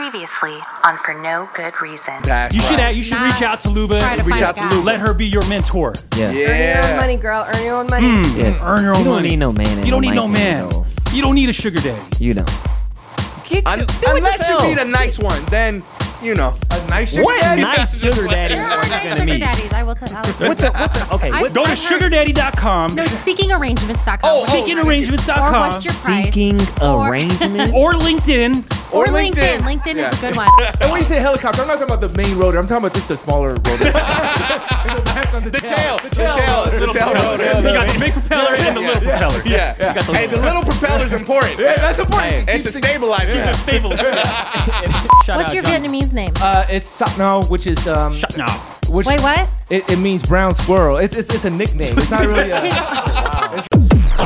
Previously on For No Good Reason. That's You should right. add, you should Not reach out to Luba. try to Reach find out to a guy. Lou. Let her be your mentor. Yeah. Earn your own Yeah. money, girl. Earn your own money. Hmm. yeah. Earn your own You don't money. need no man. You don't need at no 19 years man. old. You don't need a sugar daddy. You don't. Un- unless you need a nice one, then you know a nice sugar What daddy. nice sugar daddy There are are you nice gonna sugar meet? daddies. I will tell. I will- What's a what's a okay? I- What's Go to I've heard- sugardaddy.com, No, seekingarrangements.com. Oh, oh, or seekingarrangements.com, what's your price? seeking Or- arrangement? or LinkedIn. or Or LinkedIn. LinkedIn. LinkedIn Yeah. is a good one. And when you say helicopter, I'm not talking about the main rotor. I'm talking about just the smaller rotor. The tail, the tail, the tail. You got the big propeller and the little propeller. Yeah. Hey, the little propeller's important. yeah, that's important. It's a stabilizer. Keep it stable. Shout What's out, your John. Vietnamese name? Uh, it's Satno, which is um, Shut nah. which Wait, what? It, it means brown squirrel. It's, it's it's a nickname. It's not really. A,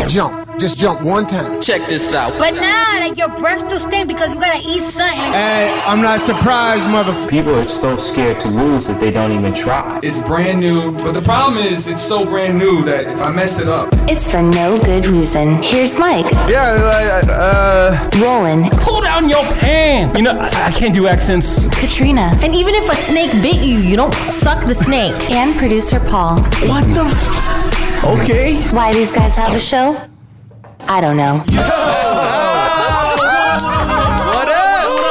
Jump. Just jump one time. Check this out. But nah, like your breath still stink because you gotta eat something. Hey, I'm not surprised, motherfucker. People are so scared to lose that they don't even try. It's brand new, but the problem is it's so brand new that if I mess it up, It's for no good reason. Here's Mike, Yeah, uh, Roland, Pull down your pants. You know, I, I can't do accents. Katrina, And even if a snake bit you, you don't suck the snake. and producer Paul. What the? F- okay. Why these guys have a show? I don't know. What up?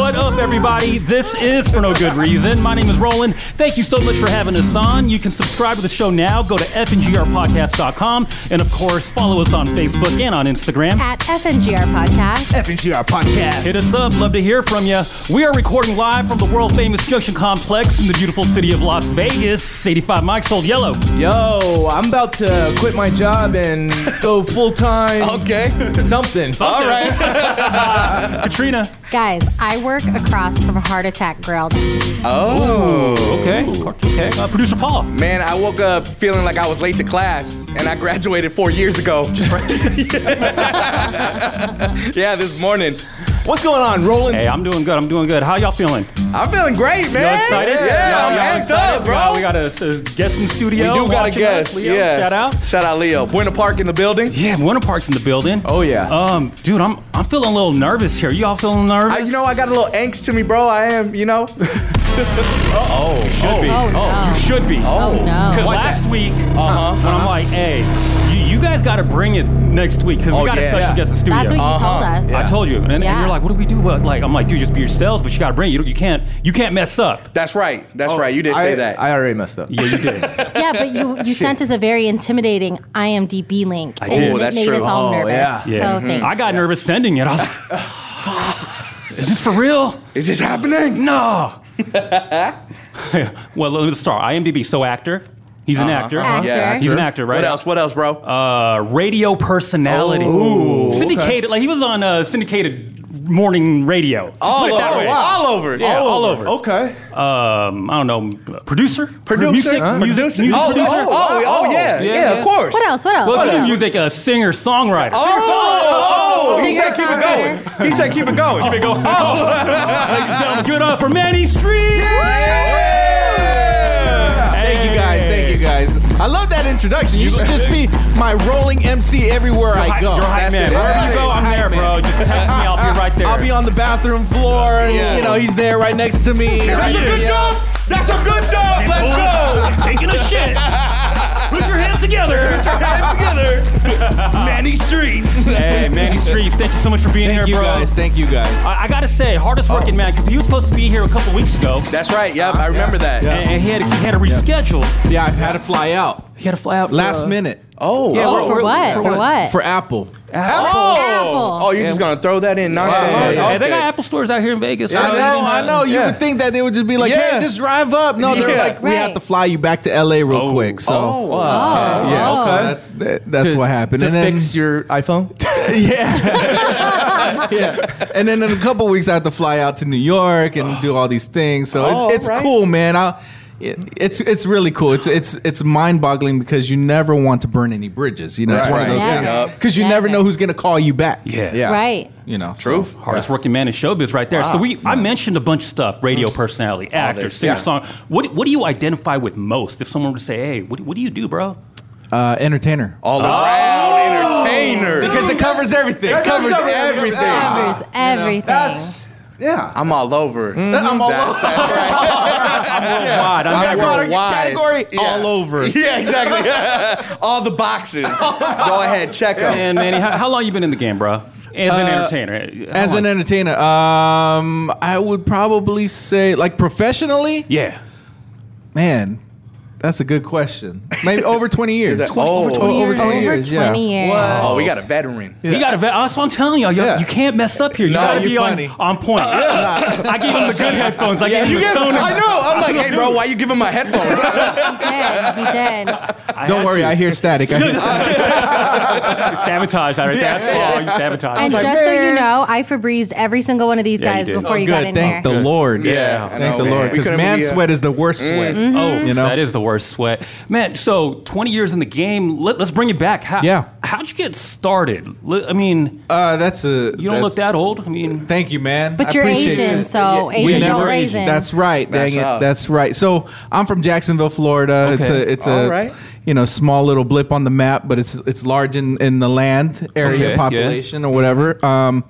What up, everybody? This is For No Good Reason. My name is Roland. Thank you so much for having us on. You can subscribe to the show now. Go to fngrpodcast.com. And, of course, follow us on Facebook and on Instagram. At FNGR Podcast. FNGR podcast. Hit us up. Love to hear from you. We are recording live from the world famous Junction Complex in the beautiful city of Las Vegas. 85 mics sold yellow. Yo, I'm about to quit my job and go full time. okay. Something. All right. Katrina. Guys, I work across from a heart attack grill. Oh. Okay. Okay. Uh, Producer Paul. Man, I woke up feeling like I was late to class, and I graduated four years ago. yeah, this morning. What's going on, Roland? Hey, I'm doing good. I'm doing good. How y'all feeling? I'm feeling great, man. Y'all excited? Yeah, Y'all- I'm y'all amped excited? up, bro. Y'all- We got a, a guest in studio. We do got a watching us. guest. Leo, yeah. Shout out. Shout out Leo. Buena Park in the building. Yeah, Warner Park's in the building. Oh, yeah. Um, dude, I'm I'm feeling a little nervous here. You all feeling nervous? I, you know, I got a little angst to me, bro. I am, you know. should be. Oh, no. You should be. Oh, Because no. last week, when I'm like, hey, you, you guys got to bring it next week because Oh, we got a yeah. special Yeah. guest in studio. That's what you told us. I told you, and, and Yeah. you're like, "What do we do?" Well, like, I'm like, "Dude, just be yourselves, but you gotta bring it. You, don't- you can't, you can't mess up." That's right. That's Oh, right. You did I, say that. I already messed up. Yeah, you did. Yeah, but you, you sent us a very intimidating IMDb link. I and did. it Oh, that's made true. us all Oh, nervous. yeah. Yeah. Mm-hmm. So thanks. I got nervous sending it. I was like, "Is this for real?" Is this happening? No. well, let's start. IMDb. So actor. He's an actor. Actor. Yeah, He's an actor, right? What else? What else, bro? Uh, radio personality. syndicated. Like he was on uh, syndicated morning radio. all, Put it over. that way. all over. Yeah, all, over. Okay. Um, I don't know. Producer. Producer? Music. Huh? Music. Producer? music Oh, producer. oh, oh, oh, yeah, Yeah, yeah, yeah. of course. What else? What else? Well, what it's else? music. A singer songwriter. Oh, oh, he Singer, said keep it songwriter. going. He said keep it going. Keep it going. Ladies and gentlemen, give it up for Manny Street. Thank you guys. Thank you guys. I love that introduction. You should just be my rolling MC everywhere I go. You're That's hype man. it. Wherever you That's go, it. I'm Hype there, man. bro. Just text me. I'll be right there. I'll be on the bathroom floor. and, Yeah. You know, he's there right next to me. That's a good dump. That's a good dump. Let's go. He's taking a shit. Put your hands together. Put your hands together. Manny Streets. Hey, Manny Streets. Thank you so much for being Thank here, bro. you guys. Thank you guys. Oh. I, I gotta say, hardest working man, because he was supposed to be here a couple weeks ago, That's right. Yep, I remember that. and, and he had he had to reschedule. Yeah, I had to fly out He had to fly out for, last uh, minute Oh, Yeah, oh, we're- For what? For what? for Apple. oh, Apple. oh, you're just gonna throw that in Hey, nonchalant. they got Apple stores out here in Vegas. I bro. know, I know. You Yeah. would think that they would just be like, Yeah. "Hey, just drive up." No, they're Yeah. like, "We have Right. to fly you back to LA real quick." So, uh, Oh, yeah, oh. so that's that, that's To- what happened. To and then, fix your iPhone. yeah, yeah. And then in a couple weeks, I have to fly out to New York and do all these things. So Oh, it's, it's alright. cool, man. I, it, it's it's really cool. It's it's it's mind boggling because you never want to burn any bridges. You know, it's Right. one of those Right. things. Yeah. 'Cause because you never know who's gonna call you back. Yeah. Yeah. Right. you know, so- True. Hardest working man in showbiz, right there. So we, I mentioned a bunch of stuff: radio personality, actor, this, singer, yeah. song. What, what do you identify with most? If someone were to say, "Hey, what, what do you do, bro?" uh, entertainer. All Oh. around entertainer. Because it covers everything. It covers everything. Covers everything. That's Yeah. I'm all over. I'm all over. I'm Yeah. worldwide. Is that I'm called a worldwide. category? All over. Yeah, exactly. all the boxes. Go ahead, check them. And Manny, how, how long you been in the game, bro? As an Uh, entertainer, As an entertainer, um, I would probably say, like professionally, yeah, man, that's a good question. Maybe over twenty years. that- Twenty- over 20 Oh, years. Over Over twenty years. Yeah. 20 years. Oh, we got a veteran. You got to vet. That's what I'm telling y'all. y'all- Yeah. You can't mess up here. You Nah, got to you're be on, funny. on point. I gave him the good headphones. I Yeah, gave you him the give, Sony. I know. I'm like, hey, bro, why you giving my headphones? He did. He did. I Don't had worry, to. I hear static. I hear static. sabotage that right there. That's all you sabotage. And just so you know, I Febrezed every single one of these Yeah, you guys did. before Oh, you got in Good. Thank here. the Lord. Yeah, I Thank know, the Lord. man. We Because couldn't man be, uh, Mm-hmm. sweat is the worst sweat. Oh, You know? that is the worst sweat, man. So twenty years in the game. Let, us bring it back. How, Yeah. How'd you get started? Li- I mean, Uh, that's a. you don't that's- look that old. I mean, Thank you, man. But I you're appreciate Asian, it. so We Asian never- don't raisin. That's right. Dang That's it. up. That's right. So I'm from Jacksonville, Florida. It's Okay. a it's All a right. you know small little blip on the map, but it's it's large in in the land area Okay, yeah. population or whatever. Um,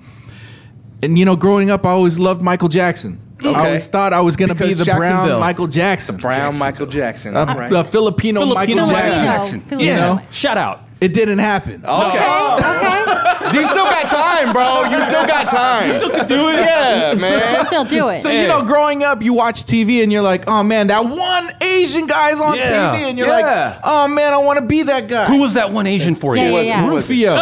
and you know, growing up, I always loved Michael Jackson. I Okay. always thought I was gonna Because be the Jacksonville. brown Michael Jackson, Brown Michael Jackson. Uh, All right. the Filipino, Filipino Michael Filipino. Jackson. Yeah, Filipino. Filipino. shout out. It didn't happen. Oh, Okay. You still got time, bro. You still got time. You still can do it. Yeah, man. I'll still do it. So you know, growing up, you watch TV and you're like, "Oh man, that one Asian guy's on Yeah. TV," and you're Yeah. like, "Oh man, I want to be that guy." Who was that one Asian for yeah, you? yeah, yeah. Rufio?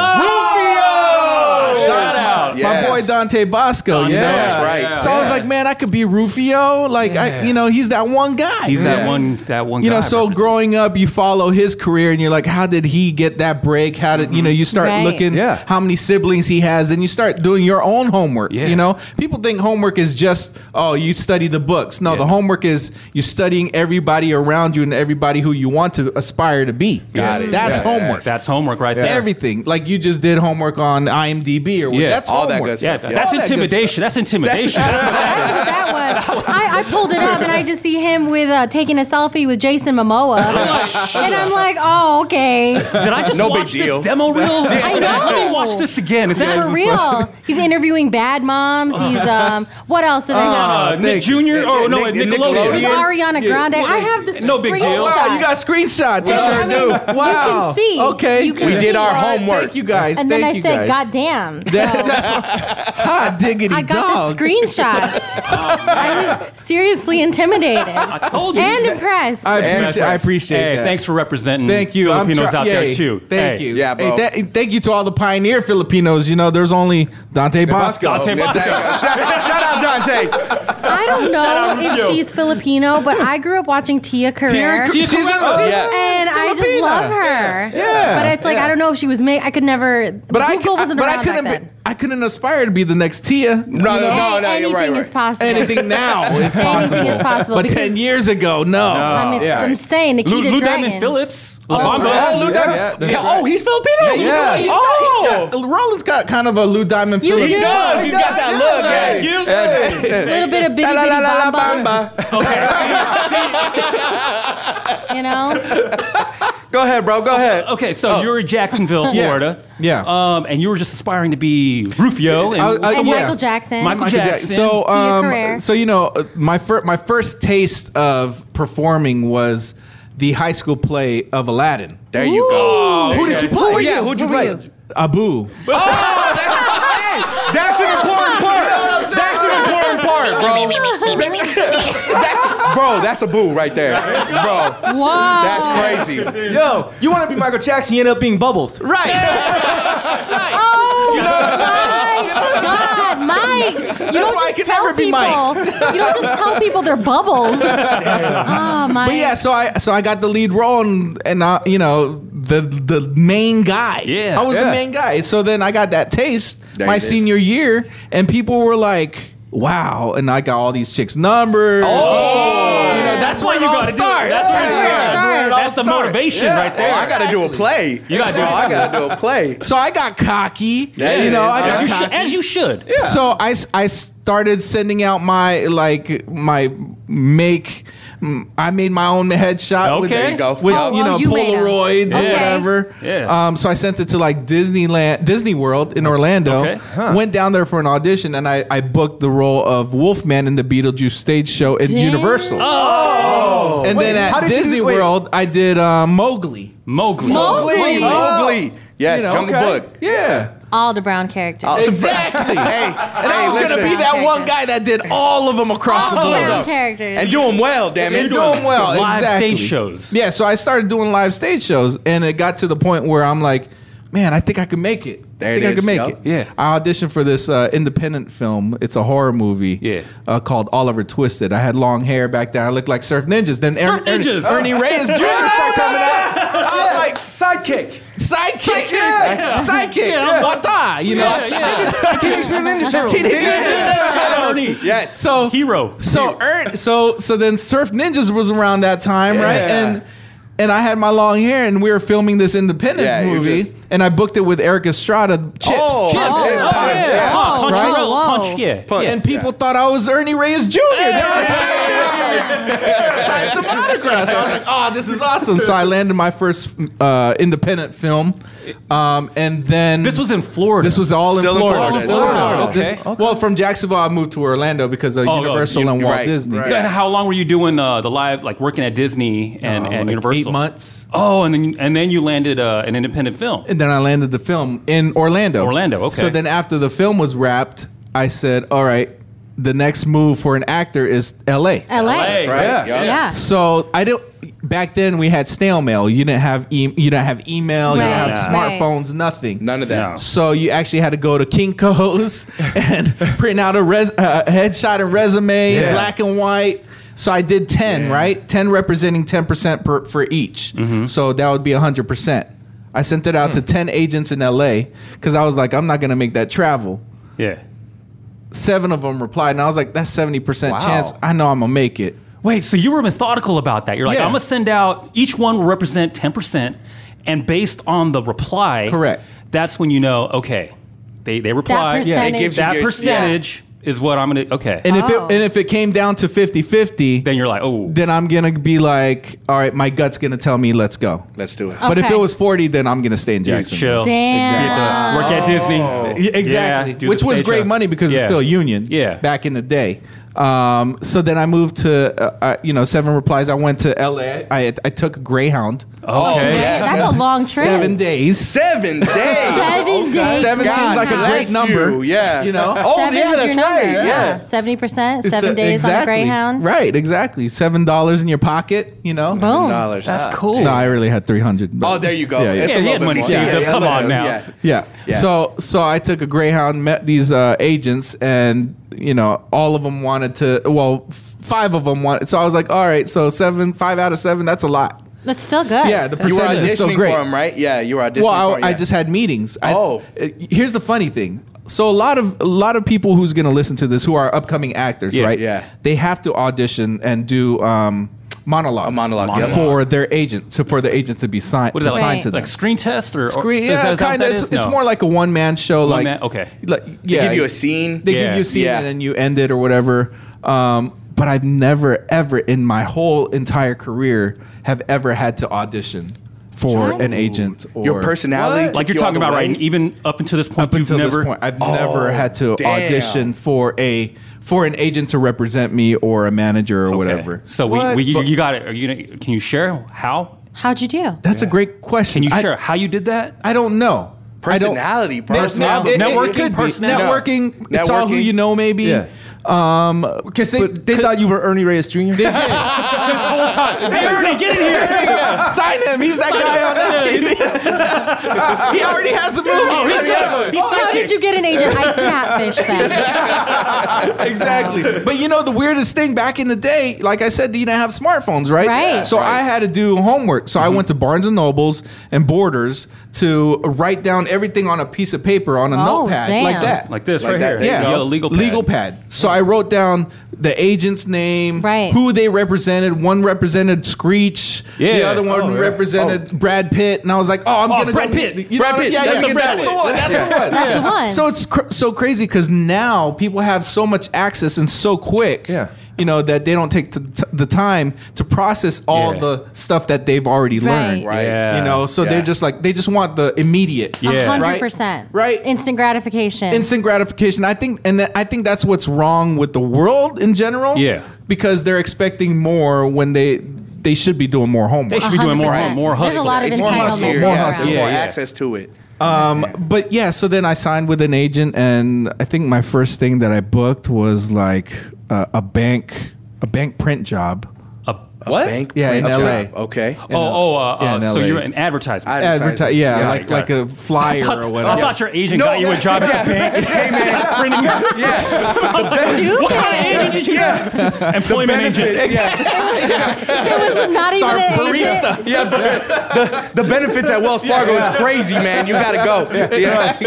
Rufio! Oh, Shout out. My Yes. boy Dante Bosco. Dante, you know? That's right. So I was like, man, I could be Rufio. Like, I, you know, he's that one guy. He's that one. That one. You know, guy, so bro. growing up, you follow his career, and you're like, how did he get that break? How did you know? You start Right. looking Yeah. how many siblings he has, and you start doing your own homework. Yeah. You know, people think homework is just oh, you study the books. No, Yeah. the homework is you're studying everybody around you and everybody who you want to aspire to be. Got it. That's Yeah. homework. That's homework right there. Everything like you just did homework on IMDb or what? Yeah. that's All that homework. good stuff. Yeah, Yeah. that's All that good intimidation. That's intimidation. That's what that was. I, I pulled it up and I just see him with uh, taking a selfie with Jason Momoa, and I'm like, oh, okay, Did I just No big watch deal. this demo reel? Let I me know. watch this again. Is that for real. He's interviewing bad moms. He's um, what else did I have? Uh, Nick thank Jr. you. or no, Nick- Nickelodeon. With yeah. Ariana Grande, I have this. No big deal. Oh, wow, you got screenshots. Yeah, I I sure mean, do. you can Wow. see. Okay. You can We did see. our All right, homework. Thank you guys. And then Thank I you said, guys. "God damn!" That- So- that's hot diggity Oh. I got dog. the screenshots. Oh, I was seriously intimidated I told you. and impressed. I And- appreciate. I appreciate hey, that. thanks for representing Thank you. I'm Filipinos try- out yay. there too. Thank Hey. you. Yeah, bro. Hey, that- thank you to all the pioneer Filipinos. You know, there's only Dante Bosco. Dante Yeah, Bosco. Dante. shout, shout out Dante. I don't know if you. she's Filipino, but I grew up watching Tia Carrere. She's, she's, in- she's Yeah. and I just Filipina. love her. Yeah. But it's like, I don't know if she was made. I could never. But I, Google wasn't but I around couldn't. back be- then. I couldn't aspire to be the next Tia. No, no, no, no. Anything You're right. is right. possible. Anything now is Anything possible. is possible But because- ten years ago, no. I mean, yeah. I'm saying Lou, Nikita Lou Dragon. Diamond Phillips. La that's Bamba. right. Oh, Lou Yeah, Diamond. yeah, that's Yeah, right. Oh, he's Filipino. Yeah. He's Oh, got- Roland's got kind of a Lou Diamond You Phillips. do. He does. He's got that look. Thank Yeah. you. A little bit of bitty bitty bamba. You know? Go ahead, bro. Go ahead. Okay, so you were in Jacksonville, Oh. Yeah. Florida. Yeah. Um, and you were just aspiring to be Rufio and I- I- And yeah. Michael Jackson. Michael Michael Jackson. So, Tia um, Carrere. so you know, uh, my fir- my first taste of performing was the high school play of Aladdin. There you go. There Who did go. you play? Oh, Yeah, Who who'd you were play? Oh, you? Abu. Hey, that's an important part. That's an important part, bro. that's bro. That's a boo right there, bro. Wow. That's Oh. crazy. Yo, you want to be Michael Jackson, you end up being Bubbles. Right. Oh my God, Mike! You That's don't why I just could tell never be people. Mike. You don't just tell people they're bubbles. Oh my! But yeah, so I so I got the lead role and and I, you know the the main guy. Yeah. I was the Yeah. main guy. So then I got that taste There my it is. senior year, and people were like, "Wow!" And I got all these chicks' numbers. Oh. You know, that's where what you it all gotta do. starts. That's where it starts. where it all That's the starts. motivation Yeah. right there. I gotta do a play. You gotta do Bro, it. I gotta do a play. So I got cocky. Yeah, you know, yeah, I yeah. got as, you cocky. should, as you should. So I, s- I started sending out my like my make Mm, I made my own headshot. With, Okay. There you go. With Oh, you well, know you made 'em. Polaroids Yeah. or whatever. Yeah. Um, so I sent it to like Disneyland, Disney World in Orlando. Okay. Huh. Went down there for an audition, and I, I booked the role of Wolfman in the Beetlejuice stage show in Universal. Oh. And then at Disney World, I did uh, Mowgli. Mowgli. Mowgli. Mowgli. Oh. Mowgli. Yes, Jungle Book. Yeah. All the brown characters. Exactly. hey, And I was gonna be that one guy that did all of them across All the brown board. characters. And doing well, damn it. And doing well, live exactly. stage shows. Yeah, so I started doing live stage shows, and it got to the point where I'm like, man, I think I could make it. There it I think I is, could make yup. it. Yeah. I auditioned for this uh, independent film. It's a horror movie. Yeah. Uh, called Oliver Twisted. I had long hair back then. I looked like Surf Ninjas. Then Surf Ernie- Ninjas. Ernie, Ernie Reyes Jr. started coming out. I was like, Sidekick. sidekick, yeah. yeah. sidekick, Yeah. yeah. you know. Yeah, yeah. Teenage Mutant Ninja Turtles. Teenage Mutant Ninja Turtles. Ernie. Yes. So Hero. So Ern, so so then Surf Ninjas was around that time, right? Yeah. And and I had my long hair, and we were filming this independent Yeah, you movie, just- and I booked it with Eric Estrada, Chips. Oh, Chips. Chips. Oh, Oh, yeah. yeah. Huh, Punch, Right? roll, Whoa. punch, yeah. Punch. And people thought I was Ernie Reyes Jr. They were like, sign some autographs. I was like, oh, this is awesome. So I landed my first uh, independent film, um, and then This was in Florida. This was all Still in in Florida. Florida. Still in Florida. Wow. This- Well, from Jacksonville, I moved to Orlando because of Oh, no, Universal you- and Walt right, Disney. right. Yeah, and how long were you doing uh, the live, like working at Disney and, and like Universal? Eight months. Oh, and then and then you landed uh, an independent film. And then I landed the film in Orlando. Orlando, okay. So then after the film was wrapped, I said, all right, the next move for an actor is LA. LA. That's right. Yeah. Yeah. So I don't. Back then we had snail mail. You didn't have e- you didn't have email. You Right, didn't have right. smartphones. Nothing. None of that. So you actually had to go to Kinko's and print out a res- uh, headshot and resume, Yeah. black and white. So I did ten, right? Ten representing ten percent per for each. Mm-hmm. So that would be hundred percent. I sent it out Hmm. to ten agents in LA because I was like, I'm not gonna make that travel. Yeah. Seven of them replied, and I was like, that's seventy percent chance. I know I'm gonna make it. Wait, so you were methodical about that. You're like, Yeah. I'm gonna send out each one will represent ten percent, and based on the reply, Correct. That's when you know, okay, they they reply. Yeah. They give that percentage. percentage is what I'm gonna. Okay, And if Oh. it and if it came down to 50-50, then you're like, oh, then I'm gonna be like, all right, my gut's gonna tell me let's go. Let's do it. But if Okay. it was 40, then I'm gonna stay in dude, Jackson. Oh. chill. Damn. Work at Disney. Yeah, exactly. Yeah, do Which the was stage great show. money because Yeah. it's still union. Yeah. Back in the day. Um, so then I moved to uh, uh, you know seven replies. I went to L.A. I I took Greyhound. Oh, Okay. Hey, Yeah. That's a long trip. Seven days. Seven days. Seven days. Seven Greyhound. seems like a Bless great you, number. Yeah. You know? Oh, Seven yeah, is that's your number. right. yeah. Yeah. seventy percent. It's Seven a- days on a exactly. Greyhound. Right. Exactly. Seven dollars in your pocket. You know. Boom. Dollars. That's cool. No, I really had three hundred. Oh, there you go. Yeah, yeah. It's Yeah, a he little had bit money more. saved Yeah, up. yeah, Come yeah, on now. yeah. Yeah. Yeah. So so I took a Greyhound, met these uh, agents, and you know all of them wanted to. Well, f- five of them wanted. So I was like, all right, so seven, five out of seven, that's a lot. That's still good. Yeah, the You were percentage is auditioning so great. for him, right? Yeah, you were auditioning Well, for I, him. yeah. I just had meetings. I- Oh. uh, here's the funny thing. So a lot of a lot of people who's going to listen to this who are upcoming actors, Yeah, right? yeah. They have to audition and do um, monologues. A monologue, yeah. for their agent, so for the agent to be signed What to is that sign like? to them. Like screen test or or- Screen, is that- yeah, is that what kind that of. It's, is? it's No. more like a one man show. like man- okay. like yeah, give you a scene? They Yeah. give you a scene, Yeah. and then you end it or whatever. Um, but I've never, ever in my whole entire career have ever had to audition for an agent or Your personality. like took you're you talking all about the right, way? even up until this point, Up you've until never. this point, I've never had to Oh, damn. audition for a for an agent to represent me or a manager or Okay. whatever. So we, we you, you got it. Are you gonna- can you share how? How'd you do? That's a great question. Can you I- share how you did that? I don't know. I don't- Personality, bro. It- Personality. it- it- it Networking, could be. personality. Networking. It's all who Networking. you know, maybe. Yeah. Um, Because they, they thought you were Ernie Reyes Jr. this whole time. Hey, Ernie, get in here. sign him. He's that guy on that TV. he already has a movie. He's Yeah, he's Oh, How did psychics. you get an agent? I catfished them. exactly. But you know the weirdest thing back in the day, like I said, you didn't have smartphones, right? Right. So I had to do homework. So I went to Barnes and Nobles and Borders to write down everything on a piece of paper on a Oh, notepad damn. like that. Like this Like right that. here. There you yeah, go. Yellow legal pad. legal pad. So I wrote down the agent's name, Right. who they represented. One represented Screech, the Yeah. other one Oh, yeah. represented Brad Pitt, and I was like, "Oh, I'm Oh, gonna Brad go, Pitt. You know Brad what I- Pitt. yeah, That's yeah, the Brad that's the Pitt. one, that's the one, That's the one. So it's cr- so crazy because now people have so much access and so quick. Yeah. you know, that they don't take t- t- the time to process all Yeah. the stuff that they've already Right. learned. Right. Yeah. You know, so Yeah. they're just like, they just want the immediate. A hundred Right? percent. Right. Instant gratification. instant gratification. I think, and that, I think that's what's wrong with the world in general. Yeah. because they're expecting more when they they should be doing more homework. They should be doing more 100%. more There's a hustle. lot of It's more hustle, More yeah, hustle. there's more yeah. access to it. Um, but yeah, so then I signed with an agent, and I think my first thing that I booked was like uh, a bank, a bank print job. What? Bank Yeah, in print LA. job. Okay. Oh, Yeah. oh, uh, Yeah, uh, in so LA. you're an advertisement. Advertise, yeah, Got like it, got like it. a I flyer or thought- whatever. I thought your agent got you a job at the bank. Hey man, printing. Yeah. Stupid. What kind of agent did you Yeah. get? Employment agent. It was not even an agent. Yeah, but the, the benefits at Wells Fargo is crazy, man. You gotta go. Yeah.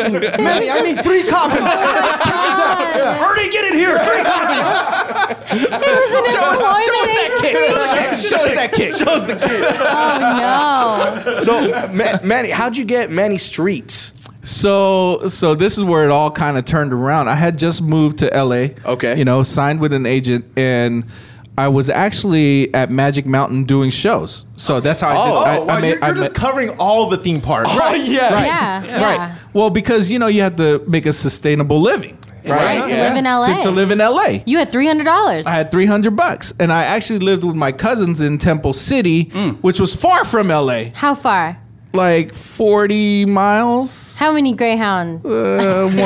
Manny, I need three copies. Oh Ernie, get in here. Three copies. It was an employment Show us that kick. Show us the kick. Oh no. So, Ma- Manny, how'd you get Manny Streets? So so this is where it all kind of turned around. I had just moved to LA. Okay. You know, signed with an agent and I was actually at Magic Mountain doing shows. So that's how Oh, I Oh, did wow, I, I made- you're, I you're just made- covering all the theme parks. Oh yeah. Yeah. Yeah. Right. Well, because you know you have to make a sustainable living. Right. Right, to live in LA. To, to live in LA. You had three hundred dollars. I had 300 bucks and I actually lived with my cousins in Temple City, Mm. which was far from LA, How far? like 40 miles. How many Greyhound? Uh, one-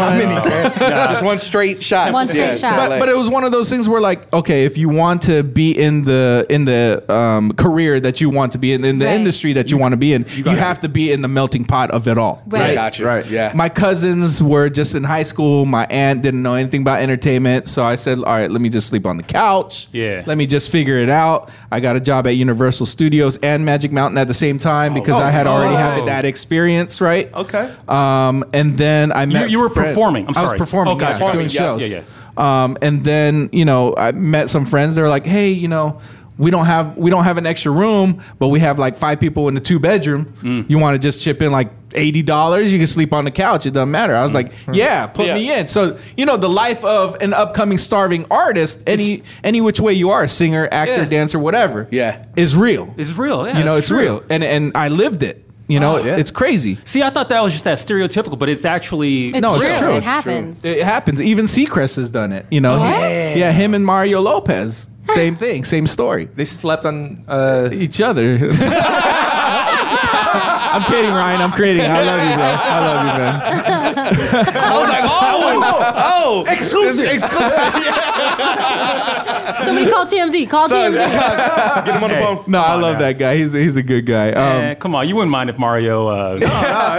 Just one straight shot. One straight shot. but, but it was one of those things where like okay if you want to be in the in the um, career that you want to be in in the Right. industry that you want to be in you, gotta- have to be in the melting pot of it all Right. I got you. Right. Yeah. my cousins were just in high school my aunt didn't know anything about entertainment so i said all right let me just sleep on the couch Yeah. let me just figure it out i got a job at universal studios and magic mountain at the same time because i had already Oh. had that experience right Okay. um, and then I met you were friends- performing. I'm I was sorry. performing. Oh, gotcha, yeah, gotcha. doing Yeah, shows. yeah, Um, and then you know I met some friends. They were like, "Hey, you know, we don't have we don't have an extra room, but we have like five people in the two bedroom. Mm. You want to just chip in like eighty dollars? You can sleep on the couch. It doesn't matter." Mm. I was like, "Yeah, put Yeah. me in." So you know the life of an upcoming starving artist, any any which way you are, singer, actor, Yeah. dancer, whatever, Yeah. is real. It's real. Yeah, you know, it's true. real, and and I lived it. You know, it's crazy. See, I thought that was just that stereotypical, but it's actually It's No, it's real. true. It It's happens. It happens. Even Seacrest has done it. You know, What? He- yeah, him and Mario Lopez, same thing, same story. They slept on. Uh, Each other. I'm kidding, Ryan. I'm kidding. I love you, bro. I love you, man. I was like, oh, oh, exclusive, exclusive. Somebody call TMZ. Call TMZ. Get him on the phone. No, I on love now. that guy. He's he's a good guy. Eh, Um, come on, you wouldn't mind if Mario. Uh,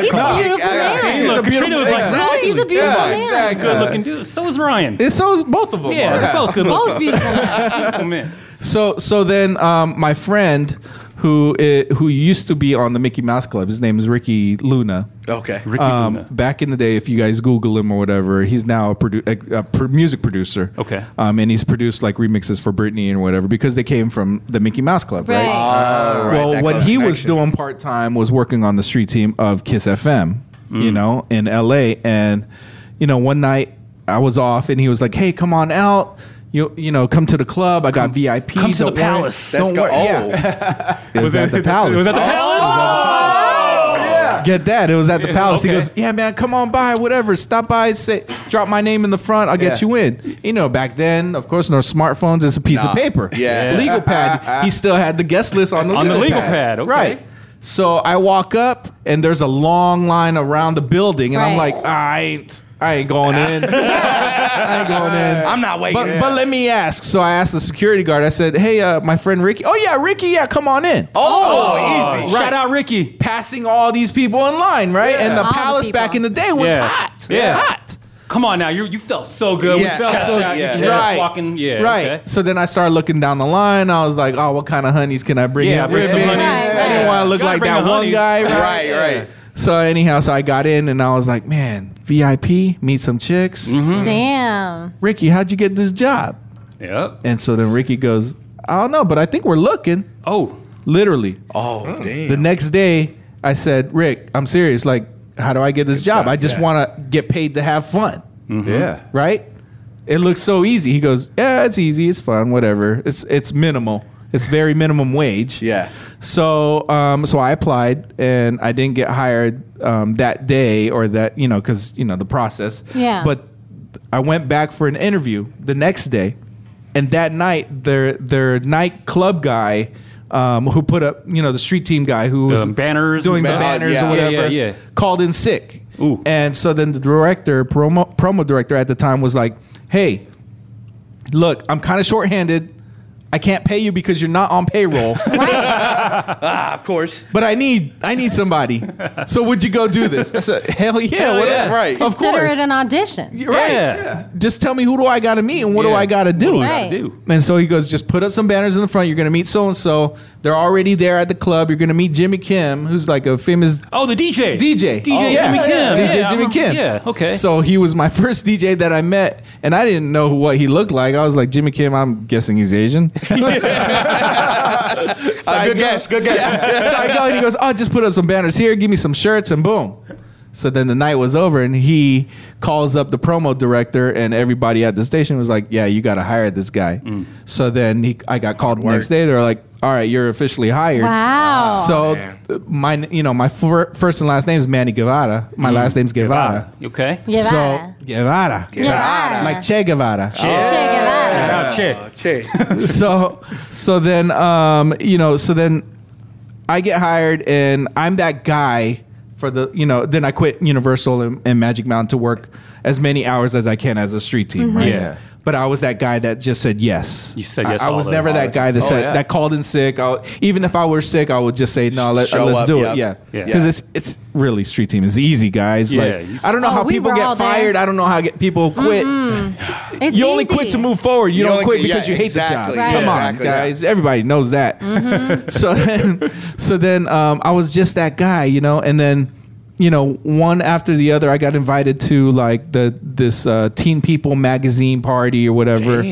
He's a beautiful man. look, Katrina was like, Exactly. He's a beautiful man. good looking dude. So is Ryan. It's so it's both of them. yeah, are. they're both good Both looking. beautiful men. Beautiful men. So so then um, my friend who i- who used to be on the Mickey Mouse Club, his name is Ricky Luna. Okay. Ricky um, Luna. back in the day, if you guys Google him or whatever, he's now a, produ- a, a pro- music producer. Okay. Um, and he's produced like remixes for Britney and whatever because they came from the Mickey Mouse Club, right? Ah, Right. well, that what close he was connection. doing part time was working on the street team of Kiss FM, you Mm. know, in LA. And, you know, one night I was off and he was like, hey, come on out. You, you know, come to the club. I got VIP. come to the Don't worry." palace. Let's Don't go. worry. Oh, Yeah. It was, at the palace. Oh. Was that the palace? Get that. It was at the Yeah, palace. okay. He goes, Yeah, man, come on by, whatever. Stop by, say, drop my name in the front. I'll get Yeah. you in. You know, back then, of course, no smartphones. It's a piece Nah. of paper. Yeah. Yeah. Legal pad. he still had the guest list on the On the legal legal pad, okay. Right. So I walk up, and there's a long line around the building, and I'm Right. like, I ain't. I ain't going in. I ain't going in. I'm not waiting. But, but let me ask. So I asked the security guard. I said, "Hey, uh, my friend Ricky. Oh yeah, Ricky. Yeah, come on in." oh, Oh, easy. Shout out Ricky. passing all these people in line, right? And the All the palace people. back in the day was Yeah. hot. Yeah. Hot. Come on now, you you felt so good. Yeah. We felt Chest so out, good. yeah. Right. Walking. Yeah. right. okay. So then I started looking down the line. I was like, oh, what kind of honeys can I bring Yeah, in bring with some me? honeys. Right, I right. didn't want to look Gotta like bring that the one honeys. guy. Right? Right, right. So anyhow, so I got in and I was like, man, VIP, meet some chicks. Mm-hmm. Damn. Ricky, how'd you get this job? Yep. And so then Ricky goes, I don't know, but I think we're looking. Oh. Literally. Oh, Hmm. damn. The next day, I said, Rick, I'm serious. Like, how do I get this job? job, I just yeah. Hmm. Mm-hmm. want to get paid to have fun. Yeah. right? It looks so easy. He goes, yeah, it's easy. It's fun. Whatever. It's it's minimal. It's very minimum wage. Yeah. So um, so I applied and I didn't get hired um, that day or that you know because you know the process. Yeah. But I went back for an interview the next day, and that night their their nightclub guy. Um, who put up, you know, the street team guy who was banners and doing the stuff. banners Yeah. or Yeah, whatever, yeah, yeah. called in sick. And so then the director, promo promo director at the time, was like, "Hey, look, I'm kind of shorthanded. I can't pay you because you're not on payroll. Ah, of course. But I need I need somebody. So would you go do this? I said, hell yeah, Hell what- yeah. right, of Consider course, it an audition. You're right. Just tell me who do I got to meet and what do Yeah. I got to do? What do I gotta Right. do? And so he goes, just put up some banners in the front. You're gonna meet so and so. They're already there at the club. You're gonna meet Jimmy Kim, who's like a famous Oh, the DJ. DJ. DJ Jimmy Kim. DJ Yeah, I Jimmy remember- Kim. yeah, okay. So he was my first DJ that I met, and I didn't know what he looked like. I was like, Jimmy Kim, I'm guessing he's Asian. Uh, good guess. Good guess. so I go and he goes, "Oh, just put up some banners here, give me some shirts, and boom." So then the night was over, and he calls up the promo director, and everybody at the station was like, "Yeah, you got to hire this guy." Mm. So then he, I got called the next day. They're like, "All right, you're officially hired." Wow. So th- my, you know, my fir- first and last name is Manny Guevara. My last name's Guevara. Ah, Okay. Mm-hmm. Guevara. So Guevara. Guevara. Like Che Guevara. Che Guevara. uh, Oh, shit. so so then um you know so then i get hired and i'm that guy for the you know then i quit universal and, and magic mountain to work as many hours as i can as a street team right Mm-hmm. Yeah. but i was that guy that just said yes You said I- yes i, all was the- never all that the guy that Oh, said yeah. that called in sick I, would- even if i were sick i would just say no let, Show let's up, do it yep. yeah Yeah. because it's it's really street team it's easy guys Yeah, you- like i don't know Oh, how we people were all get there. fired i don't know how get people quit Mm-hmm. It's you only easy. quit to move forward. You, You don't only quit quit- because yeah, you hate exactly. the job. Right. Mm-hmm. Come on, Exactly, yeah. guys. Everybody knows that. so then, so then um, I was just that guy, you know. And then, you know, one after the other, I got invited to like the this uh, Teen People magazine party or whatever.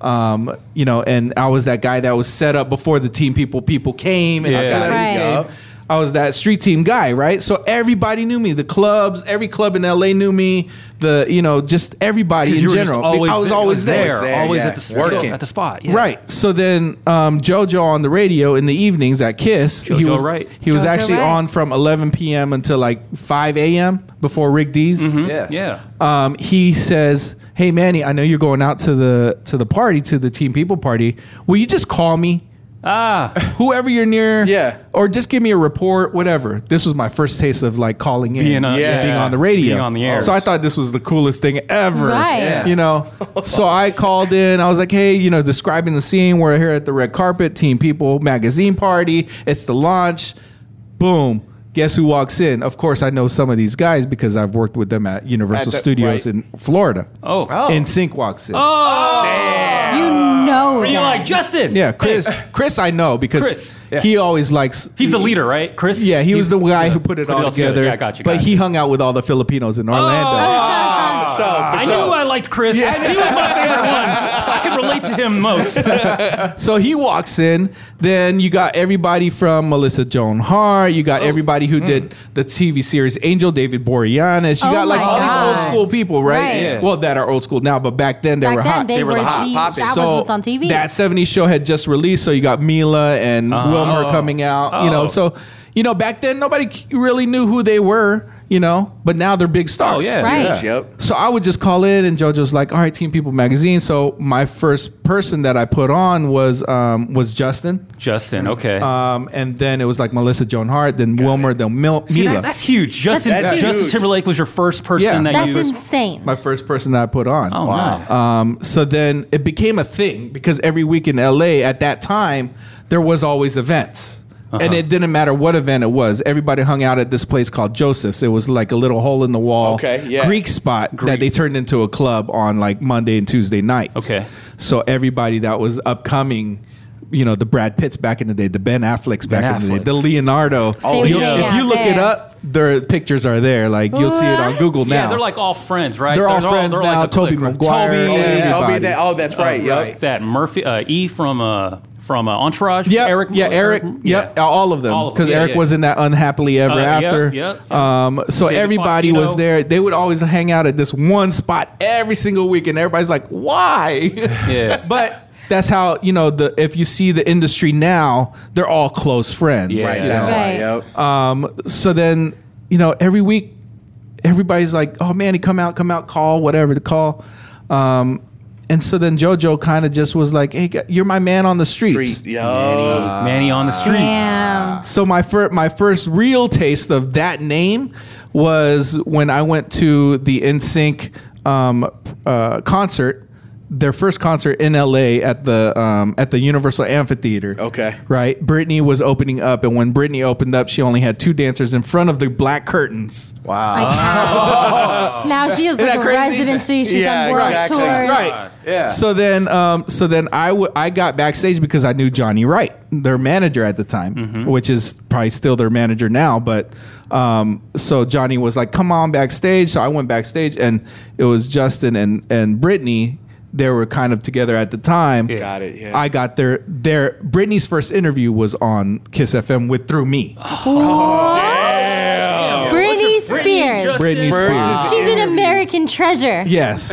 Um, you know, and I was that guy that was set up before the Teen People people came and Yeah. the celebrities Right. came. I was that street team guy, right? So everybody knew me. The clubs, every club in LA knew me. The you know, just everybody in You were just general. always I was there- always there. there, always at the yeah. so- Working. at the spot. yeah. Right. So then um, JoJo on the radio in the evenings at Kiss. he JoJo was Wright. He was JoJo actually Wright. on from 11 p.m. until like 5 a.m. before Rick D's. Mm-hmm. Yeah. Yeah. Um, he says, "Hey Manny, I know you're going out to the to the party to the Team People party. Will you just call me?" Ah. Whoever you're near, Yeah. or just give me a report, whatever. This was my first taste of like calling in, Being on- Yeah. being on the radio, Being on the air. So I thought this was the coolest thing ever, Right. Yeah. You know. So I called in. I was like, "Hey, you know, describing the scene. We're here at the red carpet, Team People magazine party. It's the launch. Boom." Guess who walks in? Of course, I know some of these guys because I've worked with them at Universal At the- Studios right. in Florida. Oh. In Sync walks in. You know You're that. like Justin. Yeah, Chris. Chris, I know because Chris. he always likes. He's the leader, right? Chris. Yeah, he was the guy who put it put it all all together. together. Yeah, gotcha, But gotcha. he hung out with all the Filipinos in Orlando. Oh. Ah. I knew I liked Chris. He was my favorite one. I could relate to him most. So he walks in. Then you got everybody from Melissa Joan Hart. You got everybody who did the TV series Angel, David Boreanaz. You Oh got like my all these God. old school people, right? Right. Yeah. Well, that are old school now, but back then they Back were then, hot. they, were, were hot the, popping. That was what's on TV. That 70s show had just released, so you got Mila and Wilmer coming out, you know. Oh. So, you know, back then nobody c- really knew who they were, you know, but now they're big stars. Oh, yeah. Right. Yep. So I would just call in, and JoJo's like, "All right, Team People Magazine." So my first person that I put on was um, was Justin, Justin. Okay. um, and then it was like Melissa Joan Hart, then Wilmer, then Mil- See, Mila. that, that's huge. Justin. That's huge. Justin Timberlake was your first person Yeah. that That's you. insane. my first person that I put on. oh wow. Um, so then it became a thing because every week in LA at that time there was always events. Uh-huh. And it didn't matter what event it was. Everybody hung out at this place called Joseph's. It was like a little hole in the wall Okay, yeah. Greek spot that they Greek. turned into a club on like Monday and Tuesday nights. Okay. So everybody that was upcoming, you know, the Brad Pitts back in the day, the Ben Afflecks back in the day, Afflecks. the Leonardo. They would You- hang if out you look it there. up, their pictures are there. Like you'll see it on Google now. Yeah, they're like all friends, right? They're all friends like now, the Toby clique, right? Maguire, Toby, Toby, yeah, Toby, everybody. that- oh, that's right. uh, That Murphy uh, E from uh, from uh, Entourage. Yeah, Eric. Yeah, Eric. Yep, all of All them. of them. Because Yeah, Eric yeah. was in that unhappily ever Uh, yeah, after. yeah, Um, so David everybody Faustino. was there. They would always hang out at this one spot every single week, and everybody's like, "Why?" Yeah. but that's how you know the. If you see the industry now, they're all close friends. Yeah, you that's know? why. Right. Yep. Um, so then, you know, every week, everybody's like, "Oh man, he come out, come out, call whatever to call." Um, and so then JoJo kind of just was like, "Hey, you're my man on the streets." Street. Yo. uh, Manny on the streets. Damn. So my first my first real taste of that name was when I went to the NSYNC um, uh, concert, their first concert in LA at the um, at the Universal Amphitheater. Okay. Right? Britney was opening up and when Britney opened up, she only had two dancers in front of the black curtains. Now she is Ah. Isn't like that a crazy? residency. She's Yeah, done world exactly. tours. Right. Yeah. So then, um, so then I w- I got backstage because I knew Johnny Wright, their manager at the time, Mm-hmm. which is probably still their manager now. But um, so Johnny was like, "Come on backstage." So I went backstage, and it was Justin and and Brittany. They were kind of together at the time. Got it, yeah. I got their their Brittany's first interview was on Kiss FM with through me. Oh, Britney Spears. Britney Spears. She's an American treasure. Yes.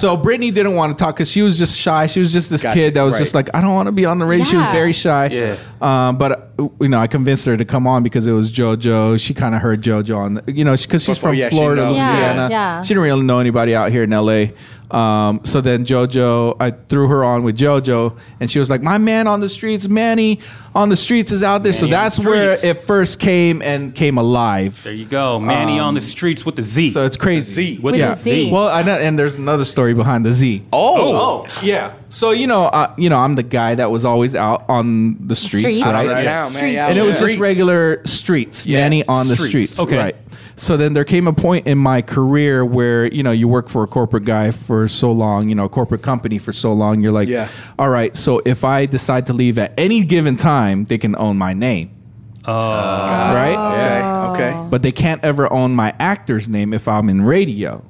so Brittany didn't want to talk because she was just shy. She was just this Gotcha, kid that was right. just like, I don't want to be on the radio. She was Yeah. very shy. Yeah. Um, but uh, you know, I convinced her to come on because it was JoJo. She kind of heard JoJo on, you know, because she's Before- from yeah, she Florida, knows. Yeah, Louisiana. yeah. She didn't really know anybody out here in LA. Um, so then JoJo, I threw her on with JoJo, and she was like, "My man on the streets, Manny on the streets is out there." so Manny on the that's where streets. it first came and came alive. There you go, Manny on the streets with the Z. Um, So it's crazy. With yeah. the Z. Well, I know, and there's another story behind the Z. Oh. yeah. So you know, uh, you know, I'm the guy that was always out on the streets, Streets. right? Out of town, man. Street Yeah, And it was streets. just regular streets, Manny on the Streets. streets. Okay. Right. So then there came a point in my career where you know you work for a corporate guy for so long, you know, a corporate company for so long. You're like, Yeah. all right. So if I decide to leave at any given time, they can own my name, Oh. right? Mm-hmm. Okay. Okay. Oh. But they can't ever own my actor's name if I'm in radio.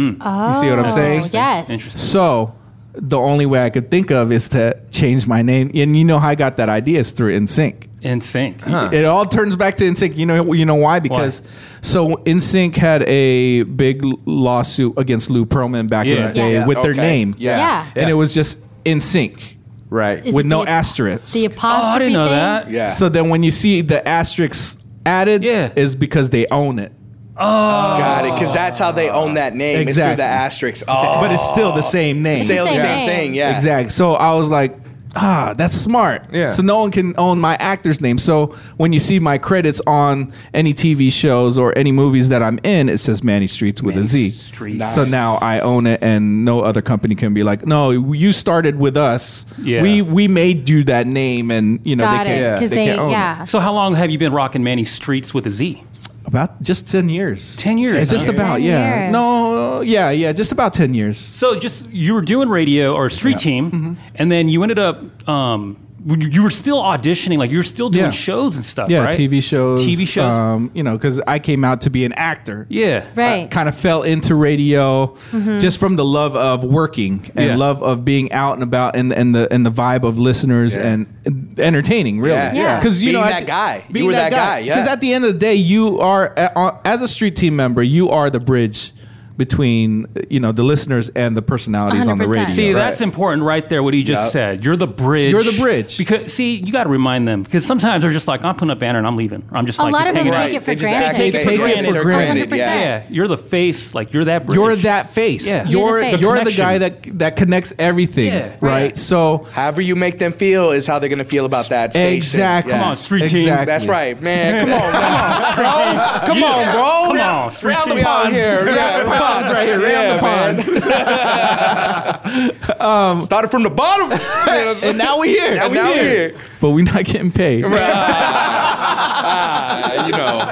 Oh, see what I'm saying? Yes. Interesting. So the only way I could think of is to change my name. And you know how I got that idea is through NSYNC. In sync. It all turns back to NSYNC. You know you know why? Because so NSYNC had a big lawsuit against Lou Pearlman back in Yeah. the day Yes. with their Okay. name. Yeah. Yeah. And it was just NSYNC Right. Is with it no the- asterisk. The apostrophe. Oh, I didn't know thing? that. Yeah. So then when you see the asterisk added Yeah. is because they own it. Got it. Because that's how they own that name. It's Oh. Exactly. through the asterisks. Oh. But it's still the same name. Sale the Same same name. thing. Yeah. Exactly. So I was like, ah, that's smart. Yeah. So no one can own my actor's name. So when you see my credits on any TV shows or any movies that I'm in, it says Manny Streets with a Z. Streets. So now I own it, and no other company can be like, no, you started with us. Yeah. We we made you that name, and you know Got they it. can't Because they, they, can't own yeah. it. So how long have you been rocking Manny Streets with a Z? About just ten years. 10 years, Yeah, just huh? about. 10 yeah. years. No. Yeah. Yeah. Just about ten years. So just you were doing radio or street team, Mm-hmm. and then you ended up. Um, you you were still auditioning, like you were still doing Yeah. shows and stuff, Yeah. right? TV shows. TV shows. Um, you know, because I came out to be an actor. yeah, Right. kind of fell into radio Mm-hmm. just from the love of working and Yeah. love of being out and about and, and the and the vibe of listeners Yeah. and, and entertaining really Yeah. Yeah. because you Being know that guy. You were that guy, yeah. because at the end of the day you are uh, as a street team member you are the bridge between you know the listeners and the personalities on the 100%. radio See, right? that's important right there, what he just Yup. said. You're the bridge. You're the bridge. Because, see, you got to remind them. Because sometimes they're just like, I'm putting up banner and I'm leaving. I'm just A like, lot just of them hanging take out. it for They just granted. act like Take they it own for They're granted, Yeah. Yeah, you're the face. Like, you're that bridge. you're that face Yeah. You're you're the you're face. the, Connection. guy that that connects everything Yeah. right, Right. so However you make them feel is how they're gonna feel about that station. exactly Yeah. Come on, street team. exactly. That's right, man. Come on, come on, bro. Come on, bro. Come on, street Round the team. ponds here. Round the ponds right here. Round the ponds. Started from the bottom. and now we here. And now we here. but we're not getting paid Ah, you know.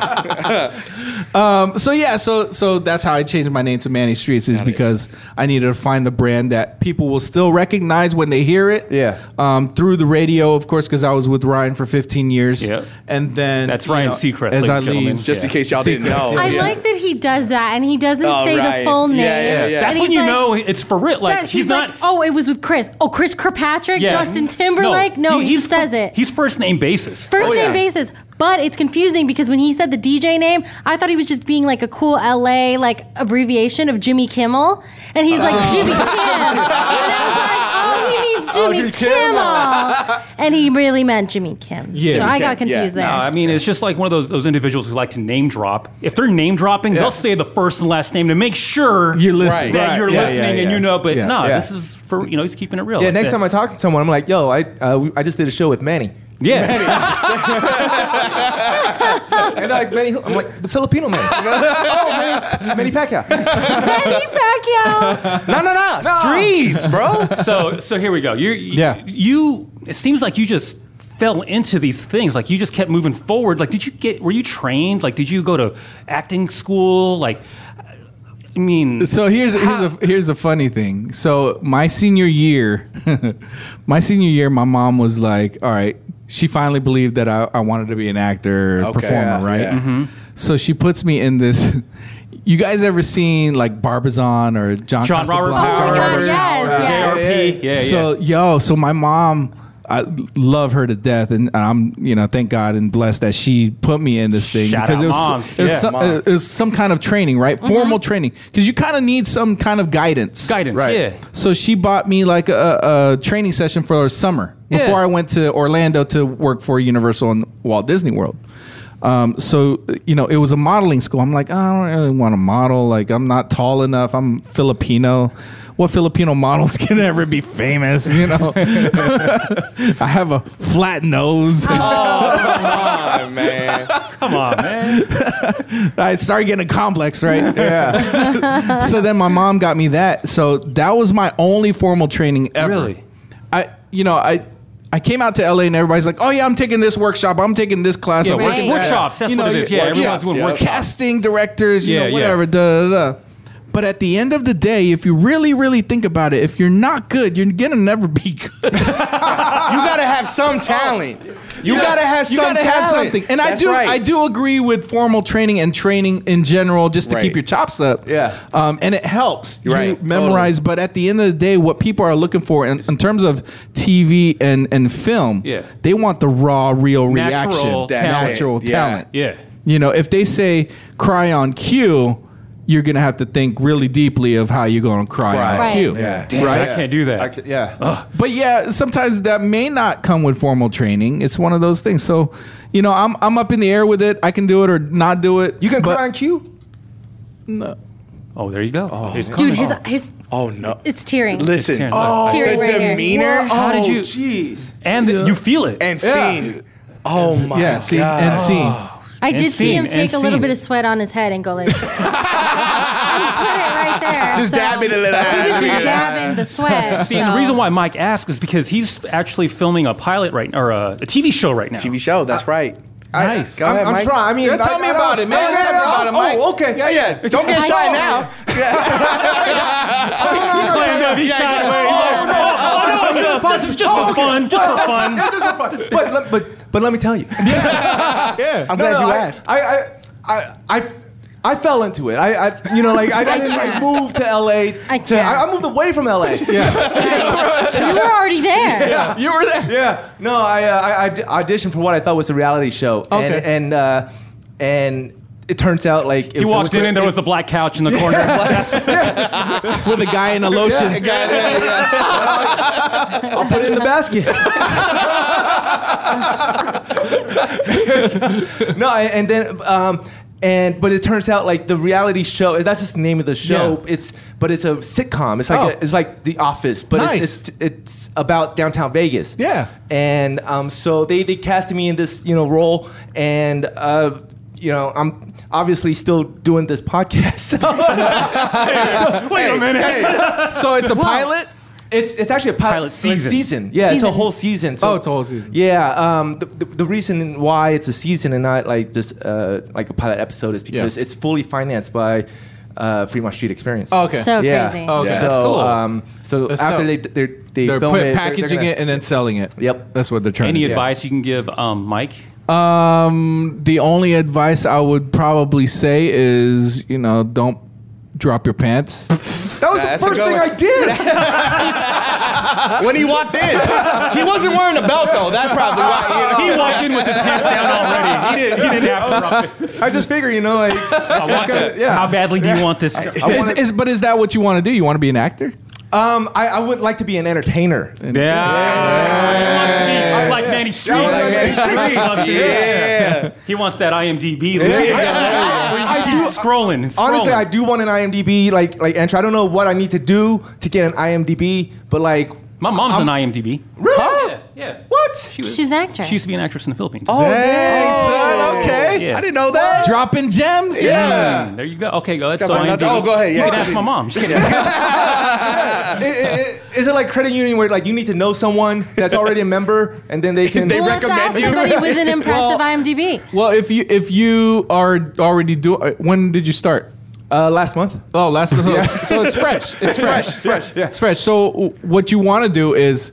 Um, so yeah, so so that's how I changed my name to Manny Streets is because I needed to find the brand that people will still recognize when they hear it. Yeah. Um, through the radio, of course, because I was with Ryan for 15 years. Yeah. And then That's you Ryan know, Seacrest, As ladies I and gentlemen. leave, Just in case y'all didn't Seacrest, know. yeah. I like that he does that, and he doesn't Oh, say right. the full Yeah, name. yeah, yeah. And That's he's when you like- know it's for real. Like, that- he's, he's, not. like, oh, it was with Chris. Oh, Chris Kirkpatrick, Yeah. Justin Timberlake. No, he, he's Oh, just says fir- it. He's first name basis. First name basis. But it's confusing because when he said the DJ name, I thought he was just being like a cool LA like abbreviation of Jimmy Kimmel, and he's like Oh. Jimmy Kim, and I was like, oh, Oh, he Jimmy means Jimmy Kimmel. Kimmel, and he really meant Jimmy Kim. so I got confused No, there. Uh, I mean, it's just like one of those those individuals who like to name drop. If they're name dropping, they'll say the first and last name to make sure you're listening. that Right. you're Yeah, listening yeah, and yeah. you know. But Yeah. no, Yeah. this is for you know he's keeping it real. Yeah, Like next that. time I talk to someone, I'm like, "Yo, I uh, we- I just did a show with Manny." Yeah. and they're like Manny, who?" I'm like the Filipino man. oh, Manny, Manny Pacquiao. Manny Pacquiao. No, no, no, Oh, streets, bro. so so here we go. You yeah. You it seems like you just fell into these things. Like you just kept moving forward. Like did you get were you trained? Like did you go to acting school? Like I Mm. mean So here's here's a here's a funny thing. So my senior year, my senior year, my mom was like, "All right." She finally believed that I, I wanted to be an actor, Okay, performer, yeah, right? yeah. Mhm. So she puts me in this. You guys ever seen like Barbizon or John? John Robert Casablanca? Power. JRP. JRP. Yeah, yeah. So yo, so my mom, I love her to death, and I'm you know thank God and blessed that she put me in this thing Shout out it was, moms. it was Yeah. some, Mom. it was Uh, some kind of training, right? Formal training because you kind of need some kind of guidance. Guidance, right? yeah. So she bought me like a, a training session for a summer before I went to Orlando to work for Universal and Walt Disney World. Um, so you know, it was a modeling school. I'm like, I don't really want to model. Like, I'm not tall enough. I'm Filipino. What Filipino models can ever be famous? You know, I have a flat nose. on, man. Come on, man. I started getting a complex, right? Yeah. so then my mom got me that. So that was my only formal training ever. Really? I, you know, I. I came out to LA and everybody's like, "Oh yeah, I'm taking this workshop. I'm taking this class. Yeah, I'm work- taking that." workshops, that's what it is. Yeah, everyone's doing workshops. Casting directors, you Yeah, know, yeah. whatever. Da, da, da. But at the end of the day, if you really, really think about it, if you're not good, you're gonna never be good. You gotta have some talent. Oh, You gotta have You some gotta have talent. something. And I That's do right. I do agree with formal training and training in general just to Right. keep your chops up. Yeah. Um, and it helps you Right. memorize, but at the end of the day, what people are looking for in, in terms of TV and, and film, Yeah. they want the raw, real Natural reaction. talent. Natural Yeah. talent. Yeah. You know, if they say cry on cue, you're gonna have to think really deeply of how you're gonna cry, on Right. cue. Yeah. Damn, right? I can't do that. yeah. But yeah, sometimes that may not come with formal training. It's one of those things. So, you know, I'm I'm up in the air with it. I can do it or not do it. You can cry on cue. No. Oh, there you go. Oh, it's coming. Dude, his his Oh no. it's tearing. Listen. It's Oh, tearing the right here. demeanor. Whoa. How did Oh, you- Jeez. And you feel it. And uh, Yeah. seen. Oh my Yeah, seen god. and seen. I And did see seen, him take and a little seen. bit of sweat on his head and go like. and put it right there. Just so- dab it a little. He was just dabbing the sweat. See, and so- the reason why Mike asked is because he's actually filming a pilot right or a, a TV show right now. TV show, that's right. Nice. Go ahead, I'm Mike. trying. I mean, Yeah, I- tell me I- about I- it, man. yeah, Tell me yeah, about it, oh, Mike. okay. Yeah, yeah. Don't get shy now. He's claimed up, he's shy away. He's like, "Oh, no, no, no, this is just for fun, just for fun." It's just for fun. But let- but but let me tell you. Yeah. I'm No, glad no, you I- asked. I I I I. I fell into it. I, I you know, like I, I didn't like can't. move to LA. I to, can't. I, I moved away from LA. you were already there. Yeah, you were there. Yeah. No, I, uh, I, I d- auditioned for what I thought was a reality show. Okay. And and, uh, and it turns out like He walked in and there was a black couch in the corner. With a guy in a lotion. I'll put it in the basket. no, and and then um, and but it turns out like the reality show. That's just the name of the show. It's but it's a sitcom. It's like Oh. a, it's like The Office, but Nice. it's, it's it's about downtown Vegas. Yeah. And um, so they they casted me in this you know role, and uh, you know I'm obviously still doing this podcast. so, Wait a minute. so it's a Whoa. pilot. It's it's actually a pilot, Pilot season. Yeah, it's Season. a whole season. So, Oh, it's a whole season. Yeah. Um, the, the, the reason why it's a season and not like just uh, like a pilot episode is because Yeah. it's fully financed by. Uh, Fremont Street Experience. Oh, okay. So yeah. crazy. Oh, okay. So, That's cool. Um, so That's after dope. they they they They're film put- it, packaging it and then selling it. Yep, that's what they're trying. Any to do. advice you can give um, Mike? Um, the only advice I would probably say is, you know, don't drop your pants. That was the first thing I did. when he walked in, he wasn't wearing a belt though. That's probably why. He walked in with his pants down already. He didn't. He didn't have to drop it. I just figure, you know, like I want that. How badly do you want this? Is- is- but is that what you want to do? You want to be an actor? Um, I, I would like to be an entertainer. Yeah. He wants to be like Manny Street. Yeah. Like Manny He wants to be- Yeah. He wants that IMDb. Yeah. list. Yeah. Where you I keep do- scrolling and scrolling. Honestly, I do want an IMDb like like entry. I don't know what I need to do to get an IMDb, but like my mom's an IMDb. Really? Yeah. What? She's an actress. She used to be an actress in the Philippines. Mm, Oh, dang, son. okay. Yeah. I didn't know that. Dropping gems. Yeah. there you go. Okay, go ahead. So Come on, IMDb. oh, go ahead. You Yeah, can yeah. ask my mom. She can- I- I- I- Is it like credit union where like you need to know someone that's already a member and then they can Well, let's ask somebody with an impressive IMDb. Well, if you if you are already doing, when did you start? Uh, last month. Oh, last month. So it's fresh. It's fresh. fresh. Yeah. It's fresh. So w- what you want to do is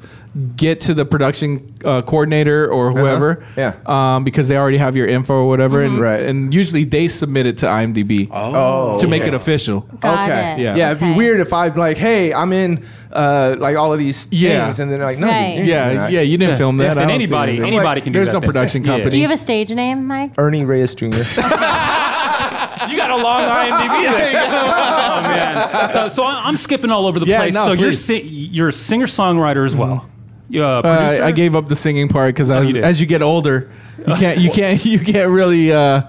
get to the production uh, coordinator or whoever, Uh-huh. Yeah. um, because they already have your info or whatever, Mm-hmm. and Right. and usually they submit it to IMDb Oh. to make okay. it official. Got okay. it. Yeah. Yeah. it'd be weird if I'm like, hey, I'm in uh, like all of these Yeah. things, and then they're like, no, Right. you- you're Yeah, not. yeah, you didn't film that. And I don't see anybody- anything. anybody can do There's that no then. production Yeah. company. Do you have a stage name, Mike? Ernie Reyes Jr. You got a long IMDb oh man. So, so I- I'm skipping all over the Yeah, place. no, so you're please. si- you're a singer songwriter as well. Yeah. Uh, producer? I gave up the singing part because Oh, you did. as you get older, you can't you can't you can't really uh,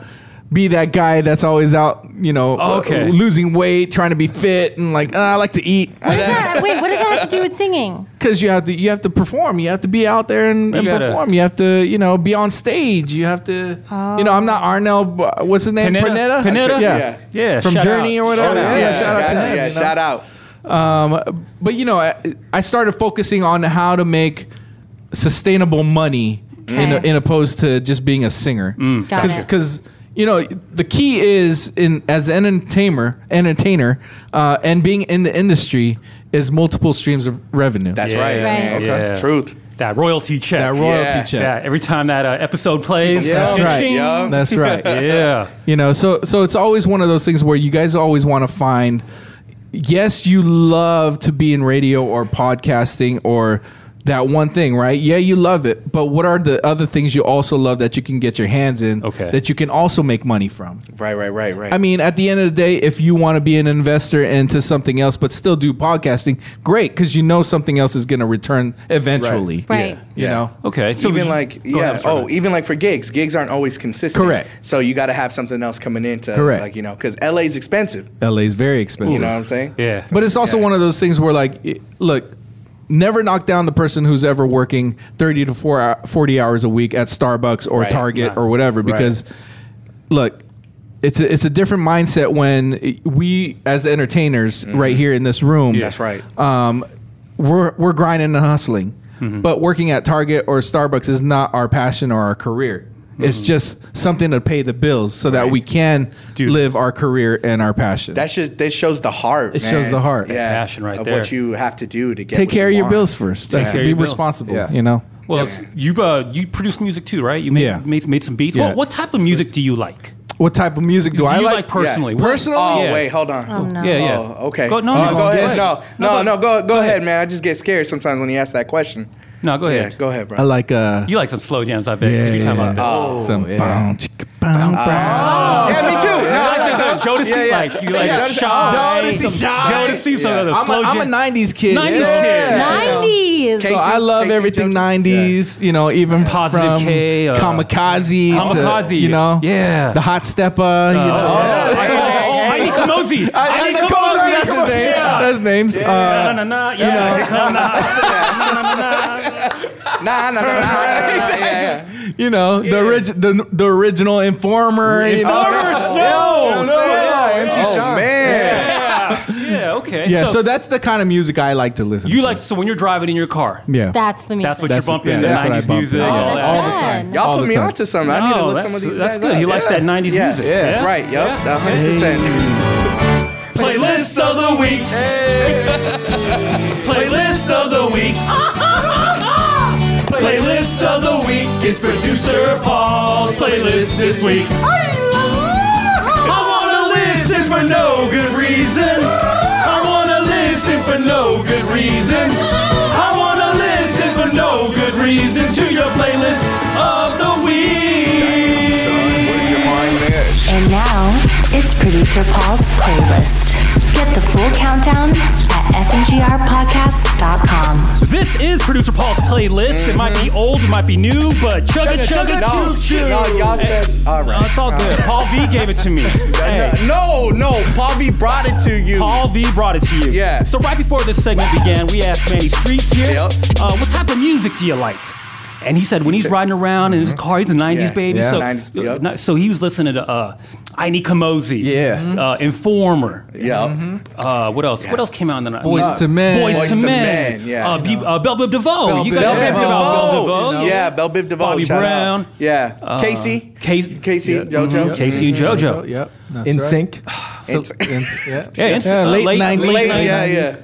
be that guy that's always out, you know, uh, Oh, Okay. losing weight, trying to be fit, and like "Ah, I like to eat What does that, wait, what does that have to do with singing? because you have to you have to perform, you have to be out there and, You and gotta- perform, you have to you know be on stage, you have to you know I'm not Arnell, B- what's his name Pineda? Pineda? yeah Yeah. Yeah, from shout Journey out. or whatever, Shout out. yeah, Yeah, shout out to Gotcha, him, Yeah, you know? shout out. Um, but you know, I, I started focusing on how to make sustainable money in, Okay. in opposed to just being a singer. Mm. Got Because it. you know the key is in as an entertainer, entertainer, uh, and being in the industry is multiple streams of revenue. That's Yeah. right. Right. man. Okay. Yeah. Truth. that royalty check. that royalty Yeah. check. Yeah, every time that uh, episode plays. Yeah. That's right. Ching. Yeah. That's right. Yeah. You know, so so it's always one of those things where you guys always want to find. Yes, you love to be in radio or podcasting or that one thing, right? Yeah, you love it, but what are the other things you also love that you can get your hands in? Okay. that you can also make money from. Right, right, right, right. I mean, at the end of the day, if you want to be an investor into something else but still do podcasting, great, because you know something else is going to return eventually. Right. You Yeah. know. Okay. So even you- like go ahead, yeah I'm sorry. e- oh even like for gigs gigs aren't always consistent Correct. so you got to have something else coming in to Correct. like you know because LA's expensive LA is very expensive. you know what I'm saying Yeah. But it's also Yeah. one of those things where, like, it- look, never knock down the person who's ever working 30 to four hou- 40 hours a week at Starbucks or Right. Target Yeah. or whatever because, look, it's a, it's a different mindset when it- we, as entertainers right here in this room, Mm-hmm. that's right um, we're, we're grinding and hustling. Mm-hmm. But working at Target or Starbucks is not our passion or our career. It's Mm-hmm. just something to pay the bills so that we can Dude. live our career and our passion. that just that shows the heart It man. shows the heart. yeah Passion right of there. what you have to do to get take what care you of your want. bills first. Take That's care of be your bill. responsible. Yeah. You know. Well, it's- you uh, you produce music too, right? You made Yeah. made, made some beats. Yeah. What, what type of music do you like? What type of music do, Do I you like? like personally? Yeah. What- Personally? oh Yeah. wait hold on Oh, no. Yeah, yeah. Oh, okay. Go, no, Oh, no, go ahead. ahead. No, no, no. Go, go ahead, man. I just get scared sometimes when you ask that question. No, go ahead. Yeah, go ahead, bro. I like uh You like some slow jams, I bet. yeah, Every time yeah. I'm- Oh, some bow, chicka, bow, bow. yeah, me too. No, I like those. Jodeci, Yeah, yeah. like you like Yeah, Shy, Jodeci, some- Shy. Jodeci, some Yeah. other I'm, slow a, I'm a jam- 90s kid. 90s kid. Nineties. K- So I love Casey everything Jones. 90s, you know, even Positive from K, uh, Kamikaze, to, Kamikaze. you know, Yeah. the Hot Stepper, you know, Oh, oh, oh, Heidi Kamosi. Heidi Kamosi, that's his name, yeah. that's his names. Na, Uh, na, na, yeah, here come the hot step. Nah, nah, nah, nah, nah, nah, nah, yeah, yeah. you know, the, origi- the the original Informer, you know, Farmer Snow. Yeah, Snow. MC Oh Sean. man. Yeah, yeah, okay. Yeah, so, that's the kind of music I like to listen you to. like so when you're driving in your car. Yeah. That's the music. That's what That's- you're bumping. yeah, the that's what I '90s bump. music, Oh, all that. that's All the time. Y'all All put the me time. onto something. I need to No, look Oh, that's- some of these that's guys good. up. He likes Yeah. that 90s yeah. music. Yeah, Yeah. right. Yep, Yeah. 100%. Playlists of the week. Playlists of the week. Playlists of the week is producer Paul's playlist this week. I wanna listen for no good reason. I wanna listen for no good reason. I wanna listen for no good reason to your playlist of the week. And now it's producer Paul's playlist. Get the full countdown at fngrpodcast.com. This is producer Paul's playlist. It might Mm-hmm. be old, it might be new, but chugga chugga No, choo choo. no, y'all said- all right. No, it's all good. Paul V gave it to me. Hey. No, no, Paul B brought it to you. Paul V brought it to you. Yeah. So right before this segment began, we asked Manny Streets here, uh, what type of music do you like? And he said when he's riding around in his car, he's a '90s Mm-hmm. Yeah. baby. Yeah. So, 90s, yep. not- so he was listening to uh, Inie Kamosi, yeah, uh, Informer, yeah. Uh, what else? What else came out in the night? Uh, Boys to Men. Boys, Boys to, to Men, Men, yeah. Uh, B- uh, Bell Biv DeVoe. Bell you Biv guys asked me about Bell DeVoe. DeVoe. Yeah, Bell Biv DeVoe. Bobby shout out. Brown. Yeah, Uh, Casey. Casey. Mm-hmm. Casey, JoJo. Mm-hmm. Casey and JoJo. Yep. that's In right. sync. So- in- yeah. Yeah, in- uh, late, late- 90s. late- yeah, 90s, yeah.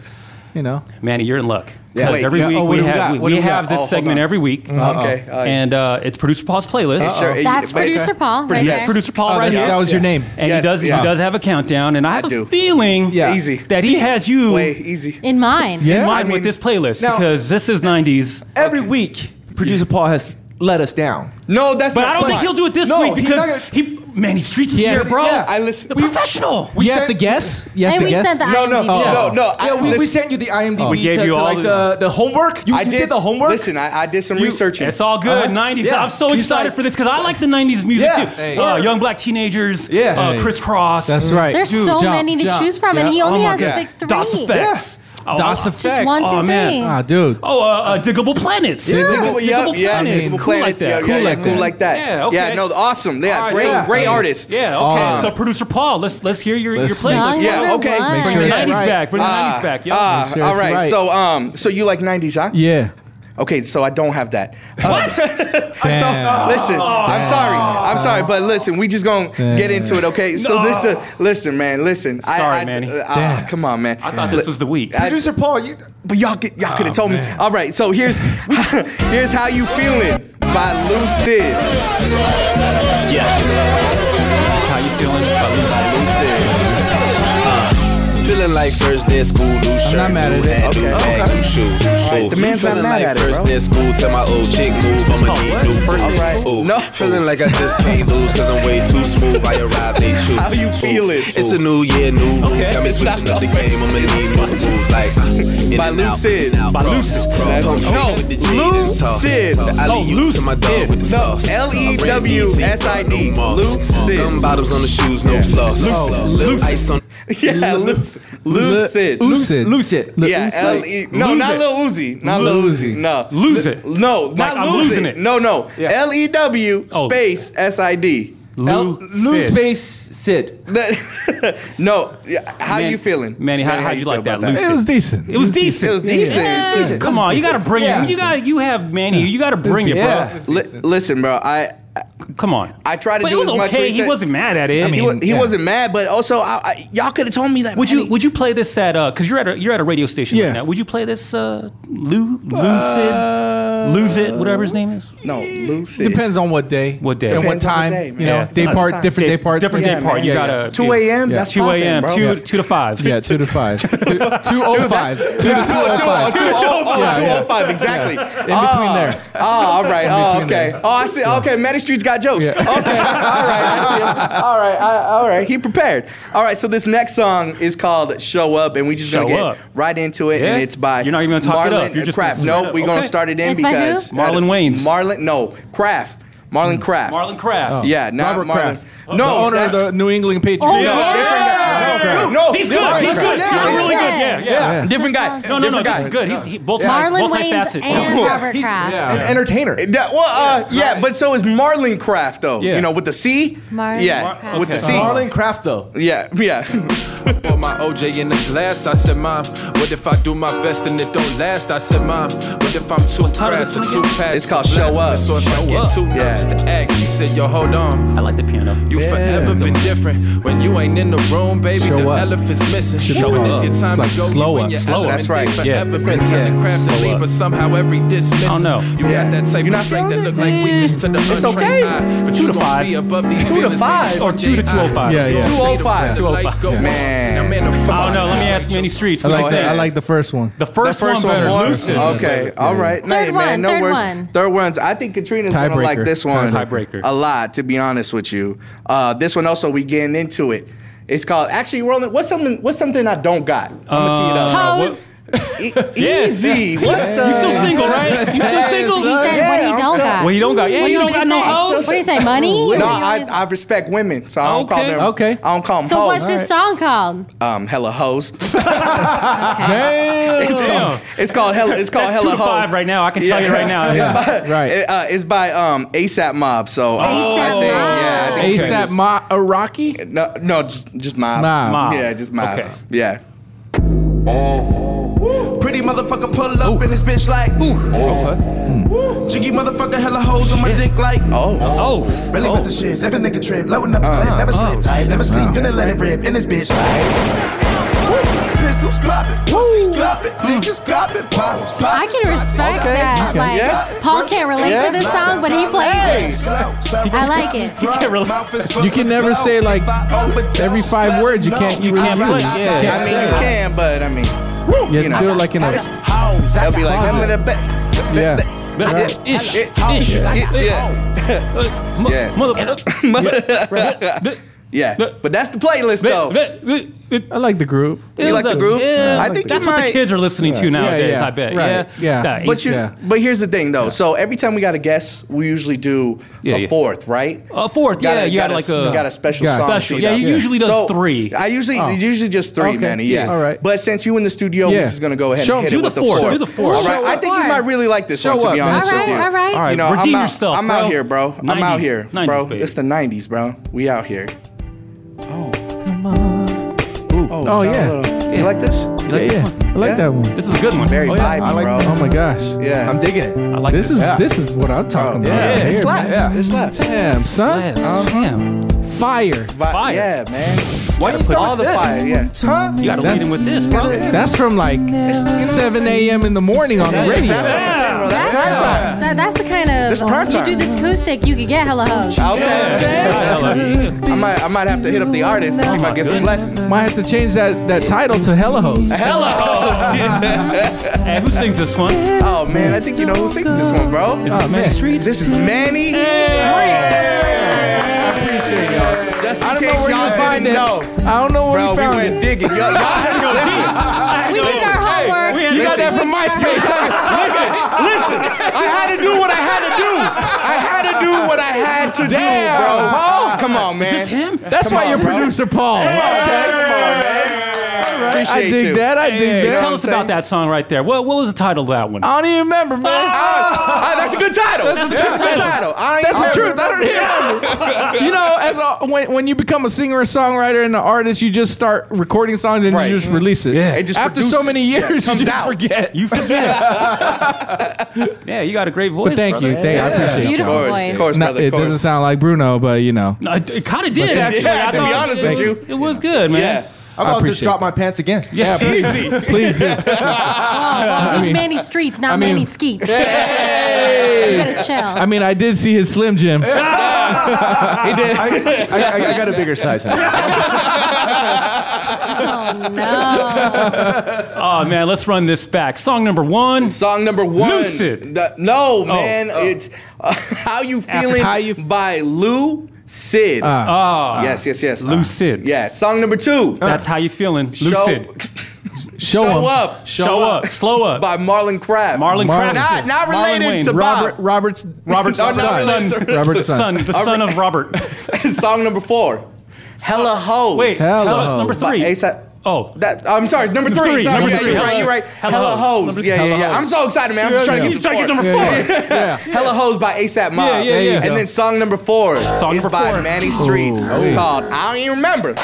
You know. Manny, you're in luck. Yeah, 'Cause wait, every yeah, week oh, what we do we have got? we, What do we we got? have Oh, this hold segment every week, Uh-huh. Okay. all right. and uh, it's producer Paul's playlist. It Oh, sure- it- That's but- producer Paul right Producer, there. producer Paul Oh, right that, here. that was your name. And he Yes, does. He yeah. does have a countdown, and I have a do. feeling Yeah. Easy. that he has you Way easy. In mine. Yeah. in mind I mean- with this playlist Now- because this is '90s. Every week, producer Paul has let us down. No, that's But not I don't fun. think he'll do it this No, week he's because not gonna- he Manny Streets is Yes, here, bro. yeah, I listen- The professional. You have sent- to guess. You have and to we guess. sent the No, IMDb. no, no, no. I, yeah, we, we listen- sent you the IMDb We gave to, you to all like the- the, the homework. You, I you did, the homework. Listen, I, I did some researching. It's all good. Uh-huh. 90s. Yeah. I'm so He's excited like- for this because I like the 90s music Yeah. too. Hey. Uh, young black teenagers. Yeah. Uh, Hey. Criss Cross. That's right. There's Dude, so jump, many to jump. choose from, and Yeah. he Oh only my has God. like three. DOS effects. Oh, DOS oh, effects. One, two, Oh, three. man. Ah, dude. Oh, uh, uh, Diggable Planets. Yeah. Yeah, Diggable, yeah, yeah, Planets. Diggable cool Planets, like that. yeah, cool yeah, yeah, like cool like that. Yeah, okay. Yeah, no, awesome. All Yeah, right, great, so- great Yeah. artist. Yeah, All okay. Uh, right. So producer Paul, let's let's hear your, your Let's see. playlist. Song Yeah, number okay. one. Make sure Bring the Yeah, 90s right. back. Bring the 90s back. Yo. Ah, Make sure all it's right. right. So, um, so you like '90s, huh? Yeah. Okay, so I don't have that. What? Damn. listen, Oh, I'm sorry. I'm sorry, but listen, we just gonna get into it, okay? So No. this, uh, listen, man, listen. Sorry, I, I, Manny. uh, Damn. come on, man. I thought this was the week. I- producer Paul, you But y'all, get, y'all could have told me. All right, so here's here's how you feeling by Lucid. How you feeling? Lucid. Feeling like first day of school, new shirt, not mad new at it. hat, new bag, new shoes, new shoes. The man's not Feeling mad like at it, first bro. day of school, tell my old chick move, I'ma called need what? new First day of boots. school? Ooh, No. feeling like I just can't lose, cause I'm way too smooth. I arrived, they choose. How you Ooh, feeling? It's a new year, new rules. Okay. Got me switching up the game, I'ma need new moves. Like, in By and out, Lucid. in and out, By cross, Lucid. cross. Let's Come go. with the G and toss. Lucid. I Oh, leave you to my dog Lucid. with the No, E sauce. L-E-W-S-I-D. Lucid. Gum bottoms on the shoes, no floss. Little ice on Yeah, Lucid. Lucid. Lucid. Lucid. Yeah, L E. No, Lose not it. Lil Uzi. Not Lil Lose Uzi. it. No. Lose Li- it. No, not I'm lose losing it. No, no. L E W Oh. space S I D. L- Lou, Lou space Sid. No. yeah, How Man- you feeling? Manny, how- how how'd you like feel that, about Lucid? It was decent. It was decent. It was decent. Yeah, It's decent. Come on, you gotta bring Yeah. it. You got you have Manny. You gotta bring it, bro. Yeah. Li- Listen, bro. I Come on. I tried to But do it was as much okay. He research- wasn't mad at it. he, wa- he wasn't mad, but also I, I, y'all could have told me that. would you Manny- would you play this at uh because you're at a you're at a radio station Yeah. right now. Would you play this uh Lou Lucid Lucid, whatever his name is? No, Lucid. Depends on what day. What day. And what Depends on the time. day, you man. know, Yeah. day Depends on part, the different Day- day parts. different yeah, day part. man. You Yeah, gotta yeah. be- 2 a.m. Yeah. That's 2 poppin', a.m. bro. two two to five. Yeah, two to five. two, two oh five. Two to two oh five. Two oh Yeah, five. Two yeah. oh five. Exactly. In between there. Oh, all right. Oh, between okay. there. Oh, I see. Okay, Manny Street's got jokes. Yeah. Okay. All right. I see. Him. All right. I, all right. He prepared. All right. So this next song is called "Show Up," and we just Show gonna get Up. right into it. Yeah? And it's by You're not even gonna talk it Marlon- up. You're just crap. gonna No, set it we're up. gonna Okay. start it in It's by who? because Marlon Wayans. Marlon. No, Kraft. Marlon Kraft. Marlon Kraft. Yeah. Not Robert Marlon. Kraft. No. the owner of that's- the New England Patriots. Oh, No, yeah. different guy. No, Dude, no, he's different good. He's guy. good. Yeah, He's really good. Yeah, yeah. yeah. Different guy. That's No, no, no. Different This guy. is good. He's he, multi, Marlon Wayans multifaceted. and Robert Kraft. Yeah. An entertainer. It- That, well, uh, yeah, but so is Marlon Craft though. Yeah. You know, with the C. Marlon yeah, Craft. Uh-huh. with the Okay. C. Marlon Craft though. Yeah, yeah. I bought my OJ in a glass. I said, Mom, what if I do my best and it don't last? I said, Mom, what if I'm too crass or too fast? It's called Show Up. So if I Show get Up. too nervous to act, she said, Yo, hold on. I like the piano. You forever been different when you ain't in the room, baby. Show the up. elephant's missing. Show When up. it's your It's time like to go. slow you up. and your Slow up. element, That's right, they yeah. Forever been Yeah. trying to craft a Slow lead, up. but somehow every dismissal. I don't know. You got that type of strength that look like weakness to the It's untrained okay. eye, but Two you to gon' five. be above these Two to feelings, five. baby. Or two oh to 205. Yeah, yeah. 205. 205. Yeah. Man. I'm in a I don't know. Oh, Let me ask you any streets. I What do you like, the, think? I like the first one. The first, first one, one better. more. Lucid. Okay, Yeah. All right, Third hey, man, one, no third words. one. Third ones. I think Katrina's gonna Tiebreaker. like this one Tiebreaker. a lot. To be honest with you, uh, this one also we getting into it. It's called actually Roland. What's something? What's something I don't got? I'm gonna tee it Uh, up. Hoes. E- Easy. What the? You still single, right? You still single? He said, Yeah, "What he I'm don't sorry. got? What he don't got? Yeah, What you you don't got want me no to say? hoes. What do you say, money? What do No, you I, want me I respect women, so I don't call Okay. them. Okay. I don't call them. to- So hoes. what's this song called? Um, hella hoes. Damn. It's Damn. called, it's called hella. It's called That's two hella to hoes. five right now. I can tell Yeah. you right now. It's by, Right. uh, it's by um, ASAP Mob. So um, I ASAP think- Mob. Yeah, I think Okay. ASAP Ma Iraqi? No, no, just, just mob. Mob. Mob. Yeah, just mob. Okay. Yeah. Pretty motherfucker pull up in this bitch like Ooh. Jiggy motherfucker hella hoes on my dick like Oh. Oh. Really with the shits, every nigga trip, loading up the clip, never slip tight, never sleep, gonna let it rip in this bitch like Pistols poppin', pussies droppin', niggas droppin', bottles I poppin'. can respect that. Like Yeah. Paul can't relate to this song, but he plays it. I like it. You can never say, like, every five words, you can't- you can't play, yeah. I mean, you can, but I mean, Yeah, do it like in a. that'll be like, I'm in the Yeah. Ish. Ish. Yeah. Yeah. Uh, mu- Yeah. Mother. Yeah. But that's the playlist, though. I like the groove. You like the groove? Yeah. I think that's you what the might- kids are listening to nowadays. yeah, I bet. right, Yeah. yeah. That But Ace- you, Yeah. but here's the thing though. So every time we got a guest, we usually do Yeah, a yeah. fourth, right? A fourth, yeah, you had like s- a- got a special Yeah. song. Special, teed yeah, up. he usually does three. I usually Oh. usually just three, Okay, man. Yeah, yeah, all right. But since you in the studio, Yeah. we're just gonna go ahead Show- and hit do it the with fourth, the fourth. do the fourth. All right, Show I think up. you might really like this Show one. To up, be man. honest All with right, you, all right. All right, You know, redeem I'm out, yourself, I'm bro. out here, bro. I'm out 90s, here, 90s, bro. baby. It's the '90s, bro. We out here. Oh, Oh, sound a yeah. little- You like this? You like this one? I like that one. This is a good one. Very Oh, yeah, I vibey, like bro. that- Oh my gosh. Yeah, Oh, I'm digging it. I like This this. is Yeah. this is what I'm talking about. Yeah, right it here, slaps. man. It slaps. Damn, son. Uh, Damn. Fire. Vi- Fire. Yeah, man. Why you start All the with this? fire, yeah. Huh? You gotta lead him with this, bro. That's from like 7 a.m. in the morning on the That's- radio. That's what I'm saying, bro. That's, That's prime time. that, that's the kind This prime of you do time. this acoustic, you could get hella hoes. Okay, I'm saying. I might, I might have to hit up the artist and see if I get some lessons. Might have to change that, that title to Hella Hoes. Oh, Hello. Hey, who sings this one? It's oh man, I think you know who sings this one, bro. Manny man. Streets. This is Manny. Hey. Appreciate y'all. Just in I don't know case where y'all you find didn't it. know. I don't know where Bro, we we found went it. digging. Y'all, y'all had to go deep. We did our homework. we had You to got go that from MySpace. huh? Listen, listen. I had to do what I had to do. I had to do what I had to Damn, do, bro. Paul. Come on, man. Is this him? That's why you're producer Paul. Okay, come on, man. I Appreciate dig you. Uh, that. I dig Hey, that. tell us about that song right there. What what was the title of that one? I don't even remember, man. Ah, that's a good title. That's, the a good title. I ain't- That's the truth. I don't hear it. You know, as a, when when you become a singer, a songwriter, and an artist, you just start recording songs and Right. you just release it. Yeah. It just After so produces. many Yeah, it years, you comes just out. forget. You forget. yeah, you got a great voice. But thank brother. you, thank you. I appreciate Of Beautiful you. course, voice. of course, Not, brother. it of course. doesn't sound like Bruno, but you know, No, it it kind of did actually. yeah, I to be thought honest it with was- you. it was good, man. Yeah. I'm I about to appreciate it. drop my pants again. Yeah, please. please do. Oh, well, he's mean- Manny Streets, not I mean- Manny Skeets. You better chill. I mean, I did see his Slim Jim. I, I, I got a bigger size. Now. oh no. Oh man, let's run this back. Song number one. Song number one. Lucid. The- no, man. It's uh, How You Feeling How You F- by Lou Sid. Ah, yes, yes, yes. Lucid. yeah. Song number two. That's how you feeling, Show- Lucid. Show, Show him. Up Show, up. slow up. by Marlon Craft. Marlon Marlon- Not, Craft. not Marlon related Wayne. to Bob. Robert Robert's Robert's No, not son. related to- Robert's son. son. The son of Robert. song number four. Hella Hoes. Wait, Hello. so it's number By three. A$AP Oh, that I'm sorry. Number three. Three, sorry, number yeah, three. You're right. You're right. Hella Hella, Hoes. hoes. Number- Yeah, Hella yeah, yeah. I'm Hoes. so excited, man. I'm just Yeah, trying yeah. to He's get to trying to get four. number four. Yeah. Hella hoes by ASAP Mob. Yeah, yeah, There you yeah. go. And then song number four. Song is number by four. Manny Streets Ooh. called I Don't Even Remember. If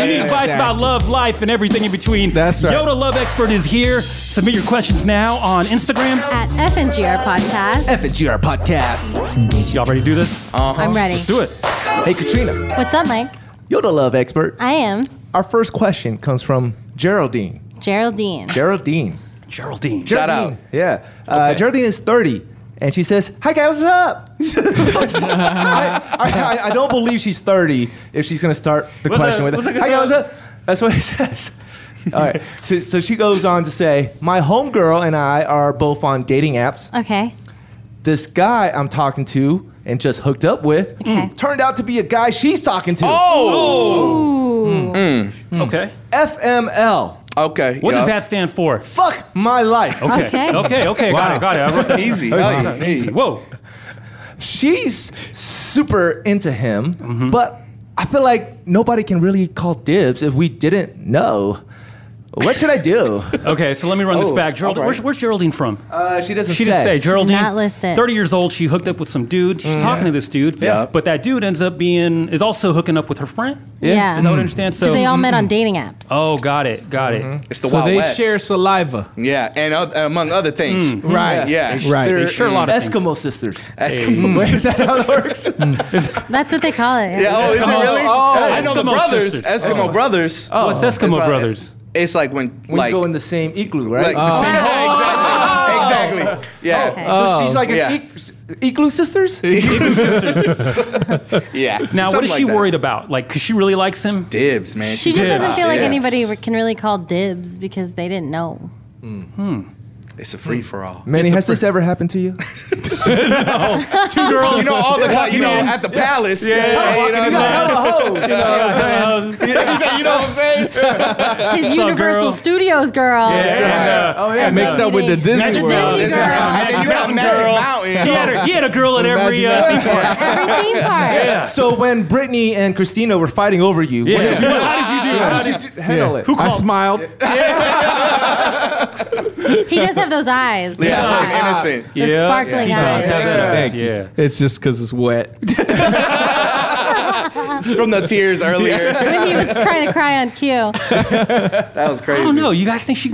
you need advice about love, life, and everything in between, That's right. Yoda Love Expert is here. Submit your questions now on Instagram. At FNGR Podcast. FGR Podcast. Y'all ready to do this? Uh-huh. I'm ready. Let's do it. Hey, Katrina, What's up, Mike? you're the love expert. I am Our first question comes from Geraldine. Geraldine. Geraldine. Geraldine. Shout out. Yeah. Uh, Geraldine is 30, and she says, Hi, guys, what's up? I, I- I- I don't believe she's 30 if she's going to start the What's question up? with, What's up, Hi, guys, guys, what's up? That's what it says. All right. So, so she goes on to say, My homegirl and I are both on dating apps. Mm. Okay. This guy I'm talking to and just hooked up with turned out to be a guy she's talking to. Oh. Okay. FML. Okay. What does that stand for? Fuck my life. Okay. Okay. Okay. okay, Got it. Got it. I wrote that. Easy. Oh, Wow. Easy. Whoa. She's super into him, but I feel like nobody can really call dibs if we didn't know. What should I do? Okay, so let me run this Oh, back. Geraldine, all right. where's, where's Geraldine from? Uh, she doesn't She didn't say. Geraldine, Not listed. 30 years old. She hooked up with some dude. She's Mm. talking to this dude. Yeah. But that dude ends up being is also hooking up with her friend. Yeah. Is that what I Mm. understand? 'Cause So they all met on dating apps. Oh, got it. Got it. It's the So Wild they West. Mm. share saliva. Yeah, and oth- among other things. Mm. Right. Yeah. They sh- Right. they share a lot of things. Eskimo sisters. Eskimo Wait, is that how it works? That's what they call it. Yeah, oh, is it really? Oh. I know the Eskimo brothers. sisters. Eskimo Oh. brothers. Oh. What's Eskimo like- brothers? It's like when We like go in the same igloo, right? Oh. Like the Oh, same- Yeah, exactly. Exactly. Yeah. So she's like an Yeah. ig- igloo sisters? Igloo sisters. yeah. Now, what Something is she like that. worried about? Like, because she really likes him? Dibs, man. She just doesn't feel like anybody re- can really call dibs because they didn't know. It's a free for all. Manny, It's a has this ever happened to you? no. Two girls You know all the walking you know in. at the palace. Yeah. You know what I'm saying? You know what I'm saying? You know what I'm saying? His What's up, Universal girl? Studios girl. oh yeah. Mixed up with the Disney Magic World. Disney girl. And then you have Magic Mountain. He had, her, he had a girl at every Imagine uh, that. theme park. Every theme park. Yeah. So when Brittany and Christina were fighting over you, what Yeah. did you do? How did you do? How did you do- handle it? Who I smiled. He does have those eyes. innocent. The sparkling eyes. Thank you. It's just because it's wet. It's from the tears earlier. when he was trying to cry on cue. That was crazy. I don't know. Oh, You guys think she?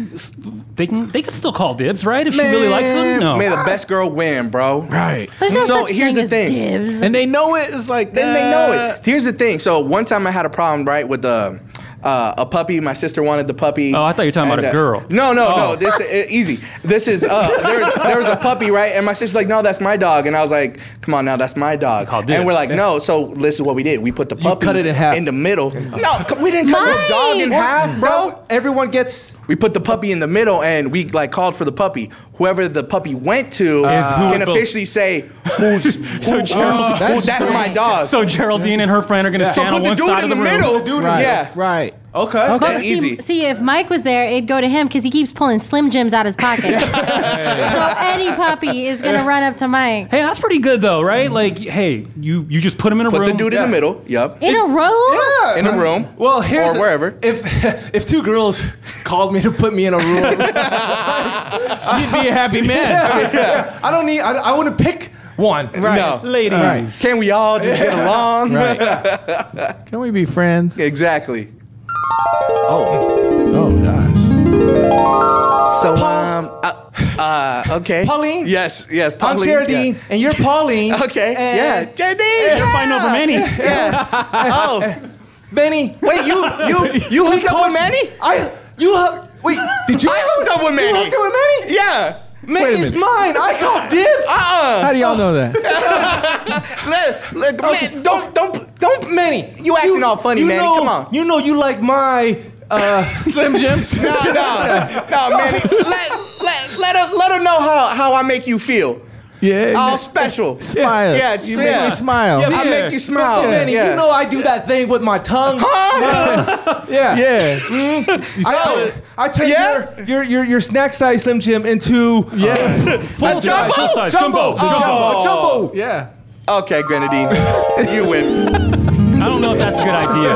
They can. They could still call dibs, right? If she really likes him. Man, No. May the best girl win, bro. Right. There's no so such here's thing the as thing. dibs. And they know it. It's like Then they Uh, know it. Here's the thing. So one time I had a problem, right, with the uh, a puppy. My sister wanted the puppy. Oh, I thought you were talking about And, a uh, girl. No, no, Oh. no. This uh, easy. This is uh, there, was, there was a puppy, right? And my sister's like, "No, that's my dog." And I was like, "Come on, now, that's my dog." dibs. And we're like, "No." So this is what we did. We put the puppy cut it in half. in the middle. No, c- we didn't cut the dog in Mike! half, bro. Everyone gets. We put the puppy in the middle, and we like called for the puppy. Whoever the puppy went to Is who can it bel- officially say, "Who's So who- Geraldine, who- that's, my dog." So Geraldine and her friend are going to Yeah. stand So on Uh, put the one dude side in of the the middle. room. Dude, Right. yeah. Right. Okay. But see, see, if Mike was there, it'd go to him because he keeps pulling Slim Jims out his pocket. so any puppy is gonna run up to Mike Hey, that's pretty good though, right? Like, hey, you you just put him in a Put room. the dude in the middle. Yep. in a room. In a room. Well, here's or wherever. If if two girls called me to put me in a room, you'd be a happy man. I don't need. I, I want to pick one. Right. No. Ladies. Right. Can we all just get along? Can we be friends? exactly. Oh gosh. So um uh, uh, okay. Pauline. Yes, yes. Pauline. I'm Geraldine, and you're Pauline. Yeah. Okay. And- yeah. Geraldine. You're fighting over Manny. Yeah. oh. Benny. Wait, you you you hooked up with Manny? I. You. hook- Wait. Did you? I hooked up with Manny. You hooked up with Manny? Yeah. Wait a Manny's minute. mine. I call dibs. How Uh. do y'all know that? Let, let, man, don't don't don't Manny, You acting all funny, you Manny. Know, Come on. You know you like my uh, Slim Jims. No, no, no, Manny. Let let let her let her know how how I make you feel. Yeah. All Oh, special. Smile. Yeah, it's- you make yeah. me smile. I make you smile. Manny. yeah. You know I do that thing with my tongue. yeah. Mm-hmm. Yeah. I, I turn Yeah? your, your your your snack size Slim Jim into uh, Yeah. full size, jumbo? full size, jumbo, Oh. Jumbo. jumbo, Oh. jumbo. Yeah. Okay, Grenadine, you win. I don't know if that's a good idea.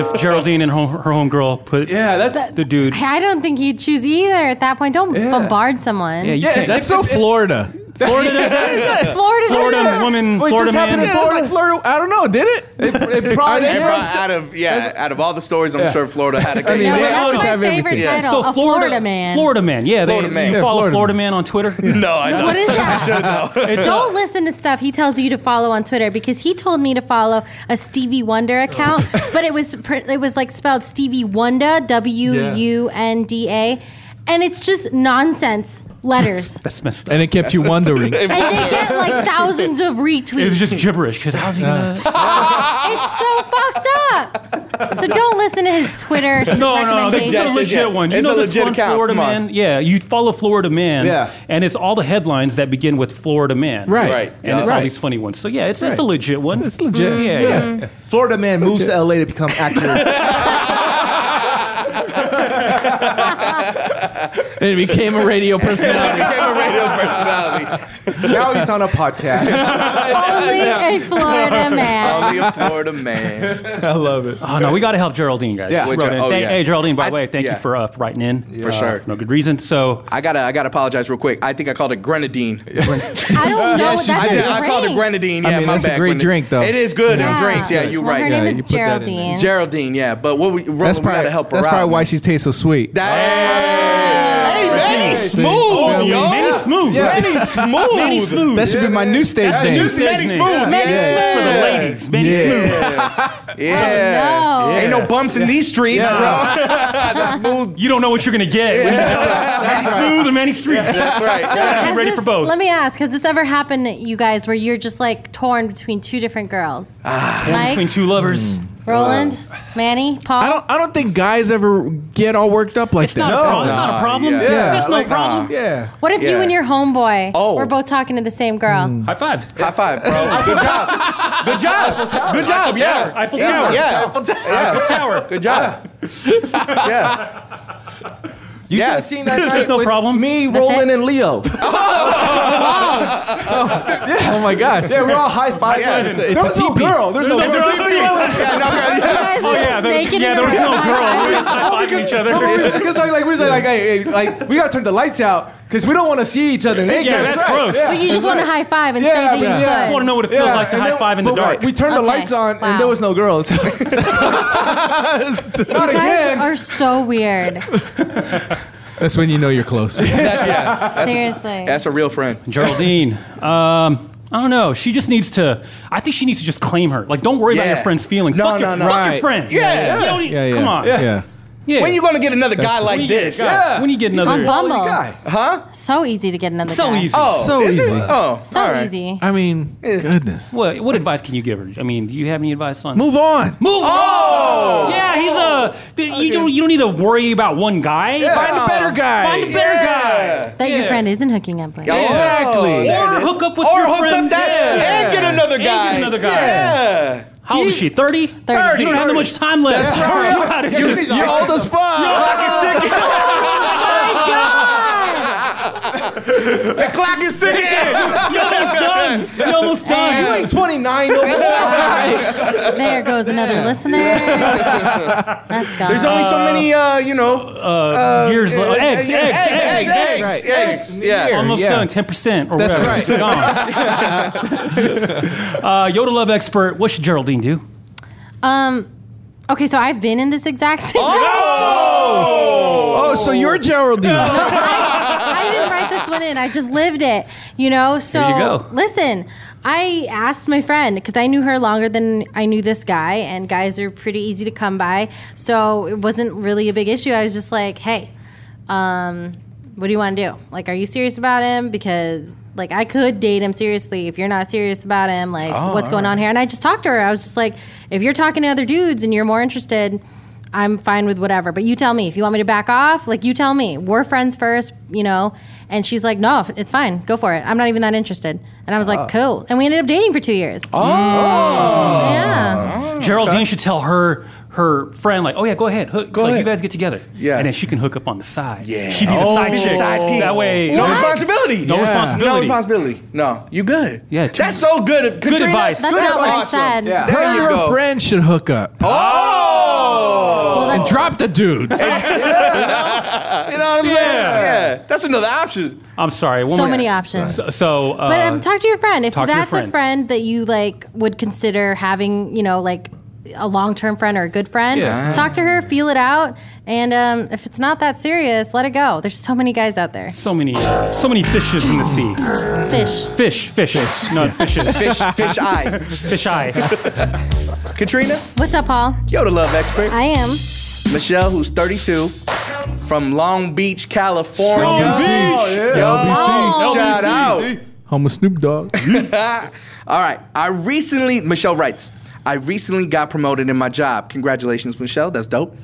If Geraldine and her, her homegirl put yeah, that, the dude. I don't think he'd choose either at that point. Don't bombard someone. Yeah, you Yeah, can't- that's so Florida. Florida does that. Florida does Florida that. woman, Wait, Florida this man. happened in Florida? Florida? I don't know. Did it? It, it probably Every- out of yeah, out of all the stories, I'm Yeah. sure Florida had a I good. mean, Yeah, they well, that's always my have favorite everything. title, a Florida man. Florida man. Yeah, they, Florida man. you Yeah, follow Florida, Florida man on Twitter? No, I don't. What is that? It's a- Don't listen to stuff he tells you to follow on Twitter because he told me to follow a Stevie Wonder account, but it was pr- it was like spelled Stevie Wonder W U N D A, and it's just nonsense letters. That's messed up. And it kept you wondering. and they get like thousands of retweets. It was just gibberish. Because how's he gonna? it's so fucked up. So don't listen to his Twitter. No, no, no. This is recommendations. a legit one. You It's know a this legit one, account. Florida Come on. man. Yeah, you follow Florida man. Yeah. and it's all the headlines that begin with Florida man. Right. Right. And it's all Right. these funny ones. So yeah, it's, it's a Right. legit one. It's legit. Yeah, Yeah. yeah. Florida man moves to LA to become actor. and he became a radio personality. became a radio personality. now he's on a podcast. Only a Florida man. Only a Florida man. I love it. Oh no, we got to help Geraldine, guys. Yeah. Wrote Which- in. oh, Thank- yeah. Hey, Geraldine. By the way, thank yeah. you for uh, writing in. For Uh, sure. for no good reason. So I gotta, I gotta apologize real quick. I think I called it grenadine. I don't know. Yes, Oh, That's you did. a I called it drink. grenadine. I Yeah, mean, my that's a bad, great grenadine. drink, though. It is good in Yeah. drinks. Yeah, you're Well, right. Her Yeah, name you is put that in there. Geraldine. Geraldine, yeah, but what we, That's we gotta probably, help her that's out. probably why man. she tastes so sweet. That, hey, Manny Smooth, Oh, yo. Manny Smooth. Manny Smooth. Manny Smooth. That should be my new stage That's name. your stage Manny name. Smooth. Manny Yeah. Smooth for the ladies. Manny Smooth. Yeah. Oh, no. Ain't no bumps in these streets, bro. the smooth. You don't know what you're gonna get. when you just- Manny Smooth or Manny Street. That's right. So Yeah, has ready this- for both. Let me ask: Has this ever happened, to you guys, where you're just like torn between two different girls? Torn Mike, between two lovers. Mm. Roland, Manny, Paul. I don't. I don't think guys ever get all worked up like It's that. not, a problem. it's not a problem. yeah. Yeah. That's no Like, problem. Yeah. what if you yeah. and your homeboy Oh. were both talking to the same girl? High five. High five, bro. Good job. Good job. Good job. Yeah. Eiffel Yeah. Tower. Yeah. Eiffel Tower. Good job. Yeah. You Yeah. should have seen that. There's night no with problem. Me, That's Roland, it. and Leo. Oh my gosh. Yeah, we're all high five. Yeah, it's it's a- there was no teepee. girl. There's no There's no girl. girl. Yeah, no, You guys Oh were yeah, there, naked yeah, in there a was room. no girl. We were just I- high fiving each other. Remember, Because like, like we were just like, hey, hey, like we gotta turn the lights out because we don't want to see each other naked. that's gross. I- But you just want to high five and Yeah, say that yeah. you I I just want to know what it feels like to and high then- five in the but dark. We turned the Okay. lights on Wow. and there was no girls. Not You guys again. are so weird. That's when you know you're close. Seriously. That's a real friend. Geraldine. Um, I don't know. She just needs to. I think she needs to just claim her. Like, don't worry about Yeah. your friend's feelings. No, fuck your, no, no. fuck your Right. friend. Yeah. You don't need- Yeah, yeah. Come on. Yeah. Yeah. When you gonna get another guy like When you get this? a guy- When you get on another. Bumble. Huh? So easy to get another So guy. easy. Oh, So is it? easy. Oh, So all right. easy. I mean, goodness. What, what advice can you give her? I mean, do you have any advice on Move on. Move oh! on. Yeah, he's a. Oh, th- You don't. You don't need to worry about one guy. Find a better guy. Find a better guy. That Yeah. your friend isn't hooking up with. Oh, Exactly. there Or it is. hook up with or your hook friends. up that Yeah. and get another And guy. get another guy. Yeah. How old is she? Thirty. You don't have that much time left. That's Hurry right. up out of here. You're old as fuck. Clock is ticking. the clock is ticking. You're almost done. You're almost done. You ain't 29 no more. There goes another listener. That's gone. There's only so many, uh, you know, Uh, years left. yeah, Eggs, yeah, eggs, eggs, eggs, eggs, eggs, eggs, eggs. eggs. Yeah. Almost Yeah. done. Ten percent or That's whatever. right. It's gone. uh, Yoda love expert. What should Geraldine do? Um. Okay, so I've been in this exact situation. Oh, so you're Geraldine. I, I didn't write this one in. I just lived it. You know. So There you go. listen, I asked my friend because I knew her longer than I knew this guy, and guys are pretty easy to come by. So it wasn't really a big issue. I was just like, hey, um, what do you want to do? Like, are you serious about him? Because like I could date him seriously if you're not serious about him. Like, what's going on here? And I just talked to her. I was just like, if you're talking to other dudes and you're more interested, I'm fine with whatever. But you tell me if you want me to back off. Like, you tell me. We're friends first, you know. And she's like, no, it's fine. Go for it. I'm not even that interested. And I was like, cool. And we ended up dating for two years. Oh, yeah. Hmm. Geraldine should tell her her friend like, oh yeah, go ahead, hook, go like, You guys get together. Yeah, and then she can hook up on the side. Yeah, she be Oh. the side chick. That way, no responsibility. No responsibility. No responsibility. No, you good. Yeah, that's so good. Katrina, advice. That's not what I said. Yeah. Her There and you her go. friend should hook up. Oh. and drop the dude. You know what I'm saying? Yeah. That's another option. I'm sorry. one So more- many options. So, so, uh, But um, talk to your friend. If talk to your that's friend. a friend that you like would consider having, you know, like a long term friend or a good friend, Yeah. talk to her, feel it out. And um, if it's not that serious, let it go. There's so many guys out there. so many, so many fishes in the sea. Fish. Fish, fish, fish. no fishes. Fish- fish eye. fish eye. Katrina, What's up, Paul? Yo, the love expert. I am. Michelle, who's 32, from Long Beach, California. Long Beach. Yo, LBC. shout out. Home with Snoop Dogg. All right. I recently, Michelle writes, I recently got promoted in my job. Congratulations, Michelle. That's dope.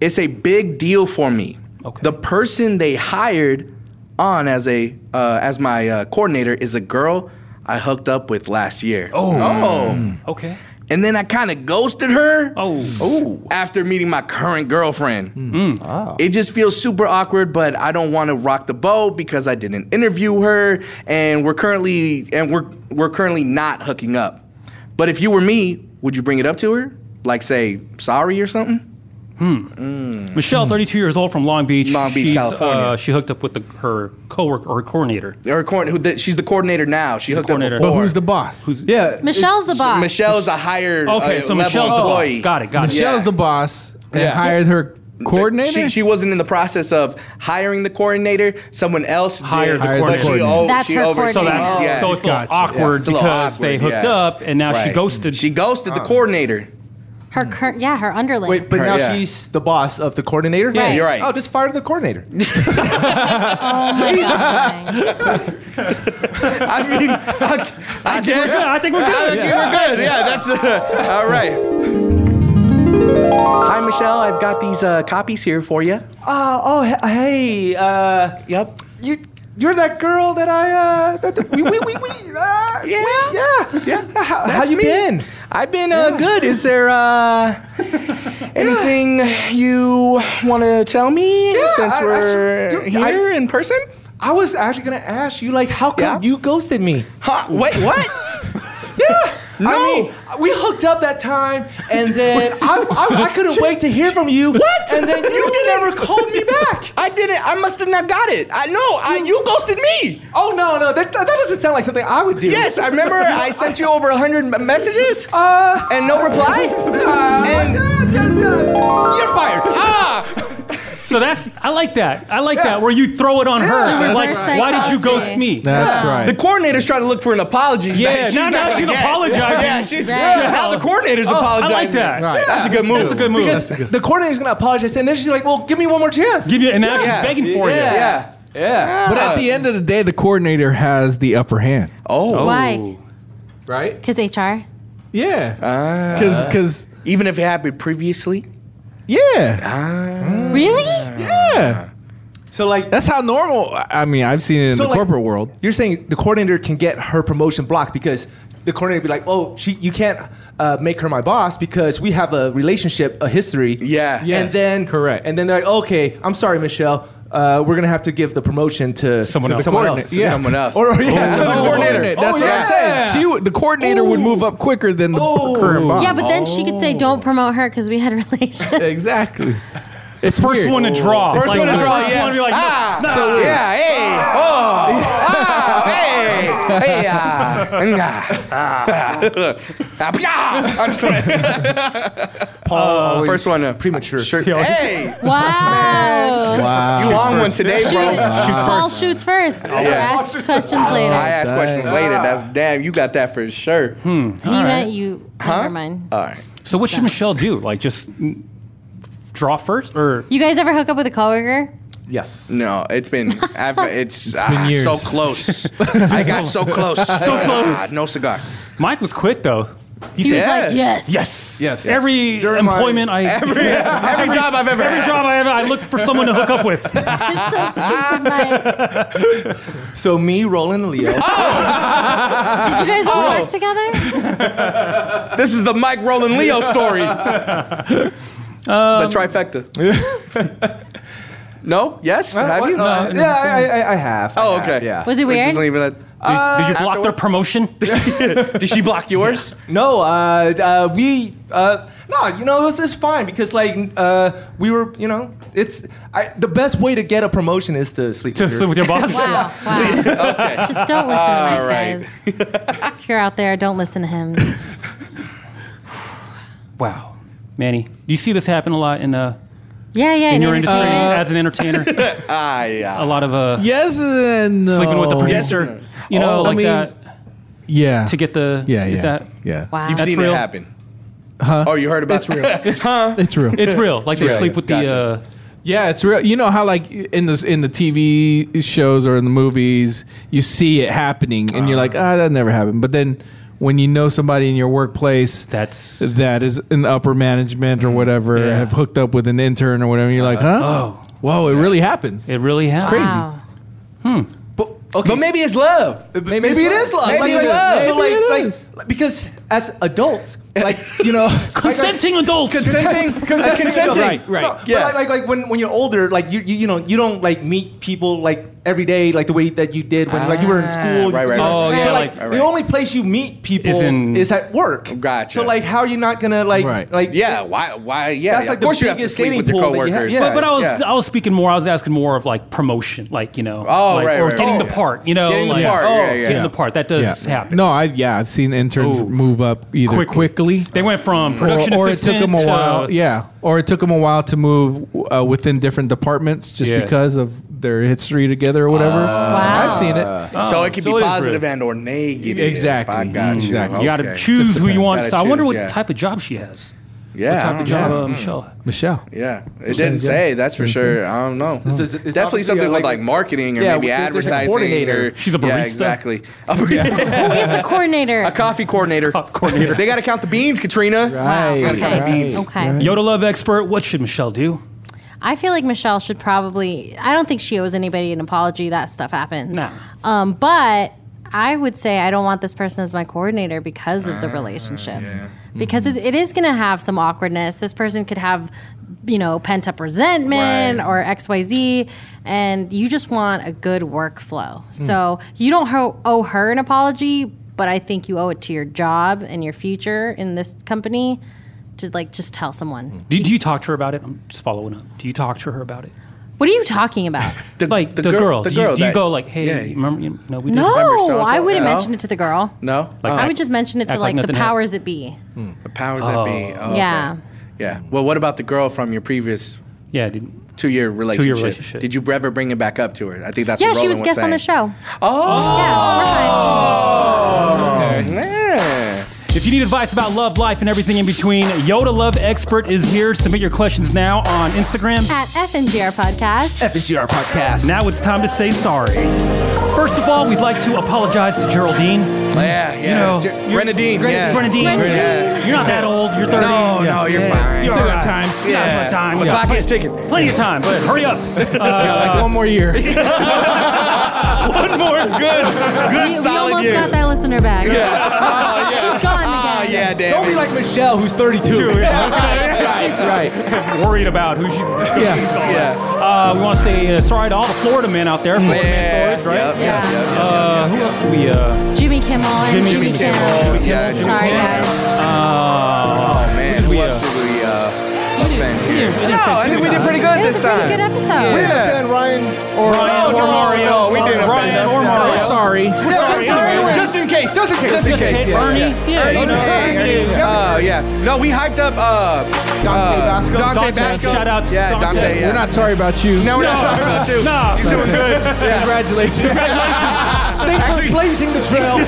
It's a big deal for me. The person they hired on as a uh, as my uh, coordinator is a girl I hooked up with last year. Oh. oh. Okay. And then I kind of ghosted her. Oh. After meeting my current girlfriend. Hmm. Mm. It just feels super awkward, but I don't want to rock the boat because I didn't interview her and we're currently and we're we're currently not hooking up. But if you were me, would you bring it up to her? Like say sorry or something? Hmm. Michelle, 32 years old from Long Beach. Long Beach, She's, California. Uh, she hooked up with the, her coworker or coordinator. Her coordinator. Who the, she's the coordinator now. She hooked up coordinator. before. But who's the boss? Who's, yeah. Michelle's the boss. Michelle's a hired Okay, uh, so level Michelle's the boss. employee. Got it, got it. Michelle's the boss and Yeah. hired her coordinator. She, she wasn't in the process of hiring the coordinator. Someone else Hired did, the but she coordinator. o- That's she her oversees- So, that's, Oh, yeah. so it's a little Gotcha. Yeah, awkward it's a little because they awkward, hooked yeah. up and now she Right. ghosted. Uh. She ghosted the coordinator. Her current, yeah, her underling. Wait, but Her- now yeah. she's the boss of the coordinator. Yeah, Right. you're right. Oh, just fire the coordinator. oh my god. I mean, I, I, guess. good. I think we're I good. think Yeah. we're good. Yeah, that's uh, all right. Hi, Michelle. I've got these uh, copies here for you. Uh, oh, he- hey. Uh, yep. You, you're that girl that I. Uh, that, that- we, we, we, we. Uh, yeah. yeah. Yeah. How, how That's you me. been? I've been uh, good. Is there uh, anything you want to tell me Yeah, since I- I we're should- you- I- here in person? I was actually gonna ask you, like, how come you ghosted me? Huh? Wait, what? Yeah. No. I mean, we hooked up that time, and then I, I, I couldn't wait to hear from you. What? And then you, never called me back. I didn't. I must have not got it. I know. I, you ghosted me. Oh no, no, that, that doesn't sound like something I would do. Yes, I remember I sent you over 100 messages Uh, and no reply. oh and you're fired. ah, So that's I like that. I like that where you throw it on her. Reverse Like, why did you psychology. ghost me? That's the right. coordinator's trying to look for an apology. Yeah, now- now gonna she's get it. apologizing. Oh, Yeah, she's Right. now the coordinator's I apologizing. like that. Right. That's a good move. That's a good move. Because the coordinator's gonna apologize, and then she's like, "Well, give me one more chance." Give you and now Yeah. she's begging for you. Yeah. Yeah. yeah. But at the end of the day, the coordinator has the upper hand. Oh. Why? Right? Because HR. Yeah. Ah. Because, because even if it happened previously. Ah. yeah. Really? Yeah. So like, That's how normal. I mean, I've seen it in So, the like- corporate world. you're saying the coordinator can get her promotion blocked because the coordinator be like, "Oh, she, you can't uh, make her my boss because we have a relationship, a history." Yeah. and then correct. and then they're like, "Okay, I'm sorry, Michelle." Uh, we're gonna have to give the promotion to Someone to else. Someone Coordinate. else. Yeah. Someone else. Or, or- yeah, Oh. the coordinator. That's Oh, what yeah. Oh. I'm saying. She, would- the coordinator would move up quicker than the current boss. Yeah, but then she could say, "Don't promote her because we had a relationship." exactly. It's First weird. one to draw. First Like, one to the draw, first yeah. one to be like, no, ah, nah. so yeah, hey, oh, ah, hey, hey, ah, mm, ah, ah, ah, I'm sorry. Paul First one uh, to premature. Sure. Hey, wow. Wow. you long one today, Shoot, bro. Paul shoots first. Or asks questions later. I ask questions later. That's damn. You got that for sure. he meant you. Never mind. All Uh. right. So what should Michelle do? Like just mm, draw first or You guys ever hook up with a coworker? Yes. No, it's been. I've, it's ah, been years. so close. I got so close. so close. Ah, no cigar. Mike was quick though. He, He said was like, yes. yes, Yes. Every During my- employment, I Every- every job I've ever every had. job I ever, I look for someone to hook up with. So me, Roland, and Leo. Oh. Did you guys all work together? This is the Mike Roland Leo story. Um, the trifecta. no? Yes? Uh, have what? you? No, Uh, yeah, I- I- I have. I Oh, have, okay. yeah. Was it We're just weird? leaving it. Did- did you block their promotion? Did she block yours? No, uh, uh, we uh, no, you know, it's it's fine because like uh, we were, you know, it's I, the best way to get a promotion is to sleep To sleep with your boss? Wow, Just don't listen to Mike, guys. If you're out there, don't listen to him. Wow, Manny, do you see this happen a lot in uh, Yeah, yeah. in and your industry Uh, entertainment. as an entertainer? ah, yeah. A lot of uh, Yes and no. sleeping with the producer, you know, Oh. like I mean, that Yeah. to get the Yeah, Is yeah, that yeah. Wow. You've That's seen real? it happen. Oh, you heard about It's real. it's huh? It's real. It's real. Like It's they real. sleep with Gotcha. the. Uh, Yeah, it's real. You know how like in this in the TV shows or in the movies, you see it happening, and you're Uh-huh. like, ah, that never happened. But then when you know somebody in your workplace that's that is an upper management or whatever Mm, Yeah. have hooked up with an intern or whatever, you're like, huh? oh. whoa, it really happens. It really It's happens. crazy. Oh, Okay. But maybe it's love. Maybe, it is love. Maybe Like, it's like, love. So like, like, because as adults, like you know, consenting adults, consenting, consenting, Consenting. adults. Right, No, right. but Yeah. like, like, like when, when you're older, like you, you, you know, you don't like meet people like every day, like the way that you did when like you were in Ah, school. right, right, you know? right, right, right, So, like right, right. the only place you meet people Is is, in- at work. Gotcha. So like, how are you not gonna like, like, yeah, why? Why? Yeah, That's like of the course you have to biggest sleep with your dating pool that you have. coworkers. But, but I was Yeah. I was speaking more. I was asking more of like promotion, like you know, Oh, like, right, or right, getting right. the part, you know, Getting the like, part, oh, yeah, yeah. getting the part. That does Yeah. happen. No, I yeah, I've seen interns Ooh. move up either Quickly. quickly, They went from or- production or, assistant uh, it took them a to- while. yeah, or it took them a while to move uh, within different departments just Yeah. because of their history together or whatever. Ah. I've seen it. so it can oh, so it be is positive and or negative. Exactly. I got you. Exactly. Mm, Mm, You got to Okay. choose Just who you want. gotta So I wonder choose, what yeah. type of job she has. Yeah, what I type don't of job know. uh, Mm. Michelle? Michelle. Yeah, it Michelle, didn't yeah. say. That's for Didn't sure. say. I don't know. It's- it's- it's Definitely obviously, something uh, with like- like marketing or Yeah, maybe there's- there's a advertising. coordinator. Or, She's a Yeah, barista. exactly. Oh, Who gets a coordinator? A coffee coordinator. coordinator. they got to count the beans, Katrina. Right. Gotta count the beans. Okay. Yoda love expert. What should Michelle do? I feel like Michelle should probably. I don't think she owes anybody an apology. That stuff happens. No. Um, but I would say I don't want this person as my coordinator because of the relationship. Because it, it is going to have some awkwardness. This person could have, you know, pent up resentment Right. or X Y Z, and you just want a good workflow. So you don't ho- owe her an apology, but I think you owe it to your job and your future in this company to like just tell someone. Do, do you talk to her about it? I'm just following up. Do you talk to her about it? What are you talking about? The, like the, girl- girl. the do you, girl do you that- go like, hey, yeah. remember? You know, we did No, remember so-and-so? I wouldn't No? mention it to the girl. No? Like, I act- would just mention it to act like, like the nothing happened. powers that be. The Uh, powers that be. Oh. Oh, okay. Yeah. Yeah. Well, what about the girl from your previous Yeah, dude. two-year relationship? relationship. Did you ever bring it back up to her? I think that's yeah, what she Roland was was guest saying. on the show. Oh. Okay. If you need advice about love, life, and everything in between, Yoda Love Expert is here. Submit your questions now on Instagram. At FNGR Podcast. FGR podcast. Now it's time to say sorry. First of all, we'd like to apologize to Geraldine. Oh, Yeah, yeah. You know, Ger- you're- Grenadine, yeah. Grenadine. Grenadine. Yeah. You're not that old. You're 30. No, no, you're fine. You're Still got time. You got Yeah. some time. The You got clock is plen- ticking. Plenty of time, but hurry up. Yeah, like one more year. Uh, One more good, good we, we solid almost year. got that listener back. Yeah. Oh, yeah. She's gone Oh, again. yeah, damn. Don't be it. like Michelle, who's 32. Right. Worried about who she's Yeah. Yeah. Uh, we want to say uh, sorry to all the Florida men out there. Florida Yeah, man stories, right? yep, yep, yep, yep, Uh, who else did we? Uh, Jimmy Kimmel and Jimmy, Jimmy Kimmel. Kimmel. Yeah, Jimmy Sorry, Kimmel. guys. uh, Oh man, We, we uh, else did we uh, offend here? we didn't No, I think we did pretty good It was this a pretty good time. episode. We Yeah. didn't offend Ryan or Ryan No, or no, Mario. no, we didn't Ryan offend or them. Mario. We're sorry. We're sorry. Sorry. Just in case. Just in case. Just in Just case, hit yeah, Ernie. yeah. Yeah, you know. Ernie. Ernie. Oh yeah. No, we hyped up uh, Dante Vasco. Dante, Dante, Vasco. shout out to yeah, Dante. Dante. yeah. We're not sorry about you. No, we're not talking about you. Nah. You're doing good. Yeah. Congratulations. Thanks for blazing the trail.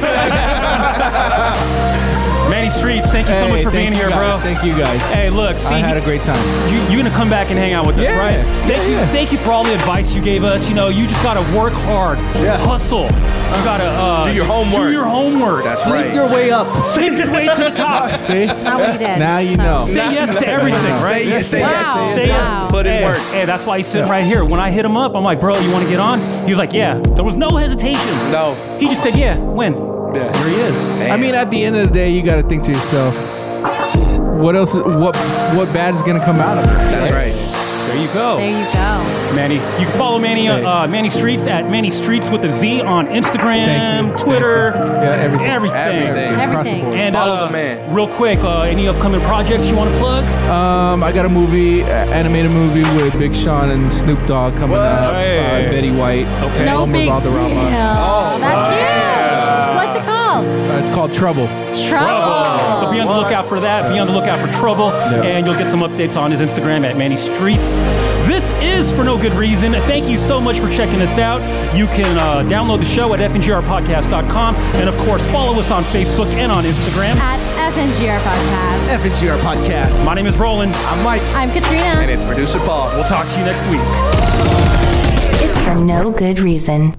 Manny Street Reeds, thank you so Hey, much for thank being you here, bro. guys, Thank you guys. Hey, look, see, I had a great time. You, you're gonna come back and hang out with us, Yeah. right? Thank you, thank you for all the advice you gave us. You know, you just gotta work hard, hustle. You gotta uh, Do your just homework. Do your homework. That's Sleep right. your way up. Sleep your way to the top. See? Now Oh, we did. Now you know. Say yes to everything, right? Say yes, say Wow. yes, Say say yes. yes. Put in hey, work. Hey, that's why he's sitting right here. When I hit him up, I'm like, bro, you want to get on? He was like, yeah. There was no hesitation. No. He just said, yeah. When? Yeah. Here he is. I mean, at the end of the day, you got to think to yourself, what else? What what bad is gonna come out of it? That's right. There you go. There you go. Manny. You can follow Manny on uh, Manny Streets at Manny Streets with a Z on Instagram, Twitter, Yeah, everything. everything. Everything. Everything. And Follow uh, the man. real quick, uh, any upcoming projects you want to plug? Uh, Um, I got a movie, a- animated movie with Big Sean and Snoop Dogg coming up. Hey. Uh, Betty White. Okay. and No Omar big deal. Valderrama. Oh. That's huge. What's it called? Uh, it's called Trouble. Trouble. Uh, So be on the lookout for that. Be on the lookout for Trouble. And you'll get some updates on his Instagram at Manny Streets. This is For No Good Reason. Thank you so much for checking us out. You can uh, download the show at fngrpodcast.com. And of course, follow us on Facebook and on Instagram. At FNGR Podcast. FNGR podcast. My name is Roland. I'm Mike. I'm And Katrina. it's producer Paul. We'll talk to you next week. It's for no good reason.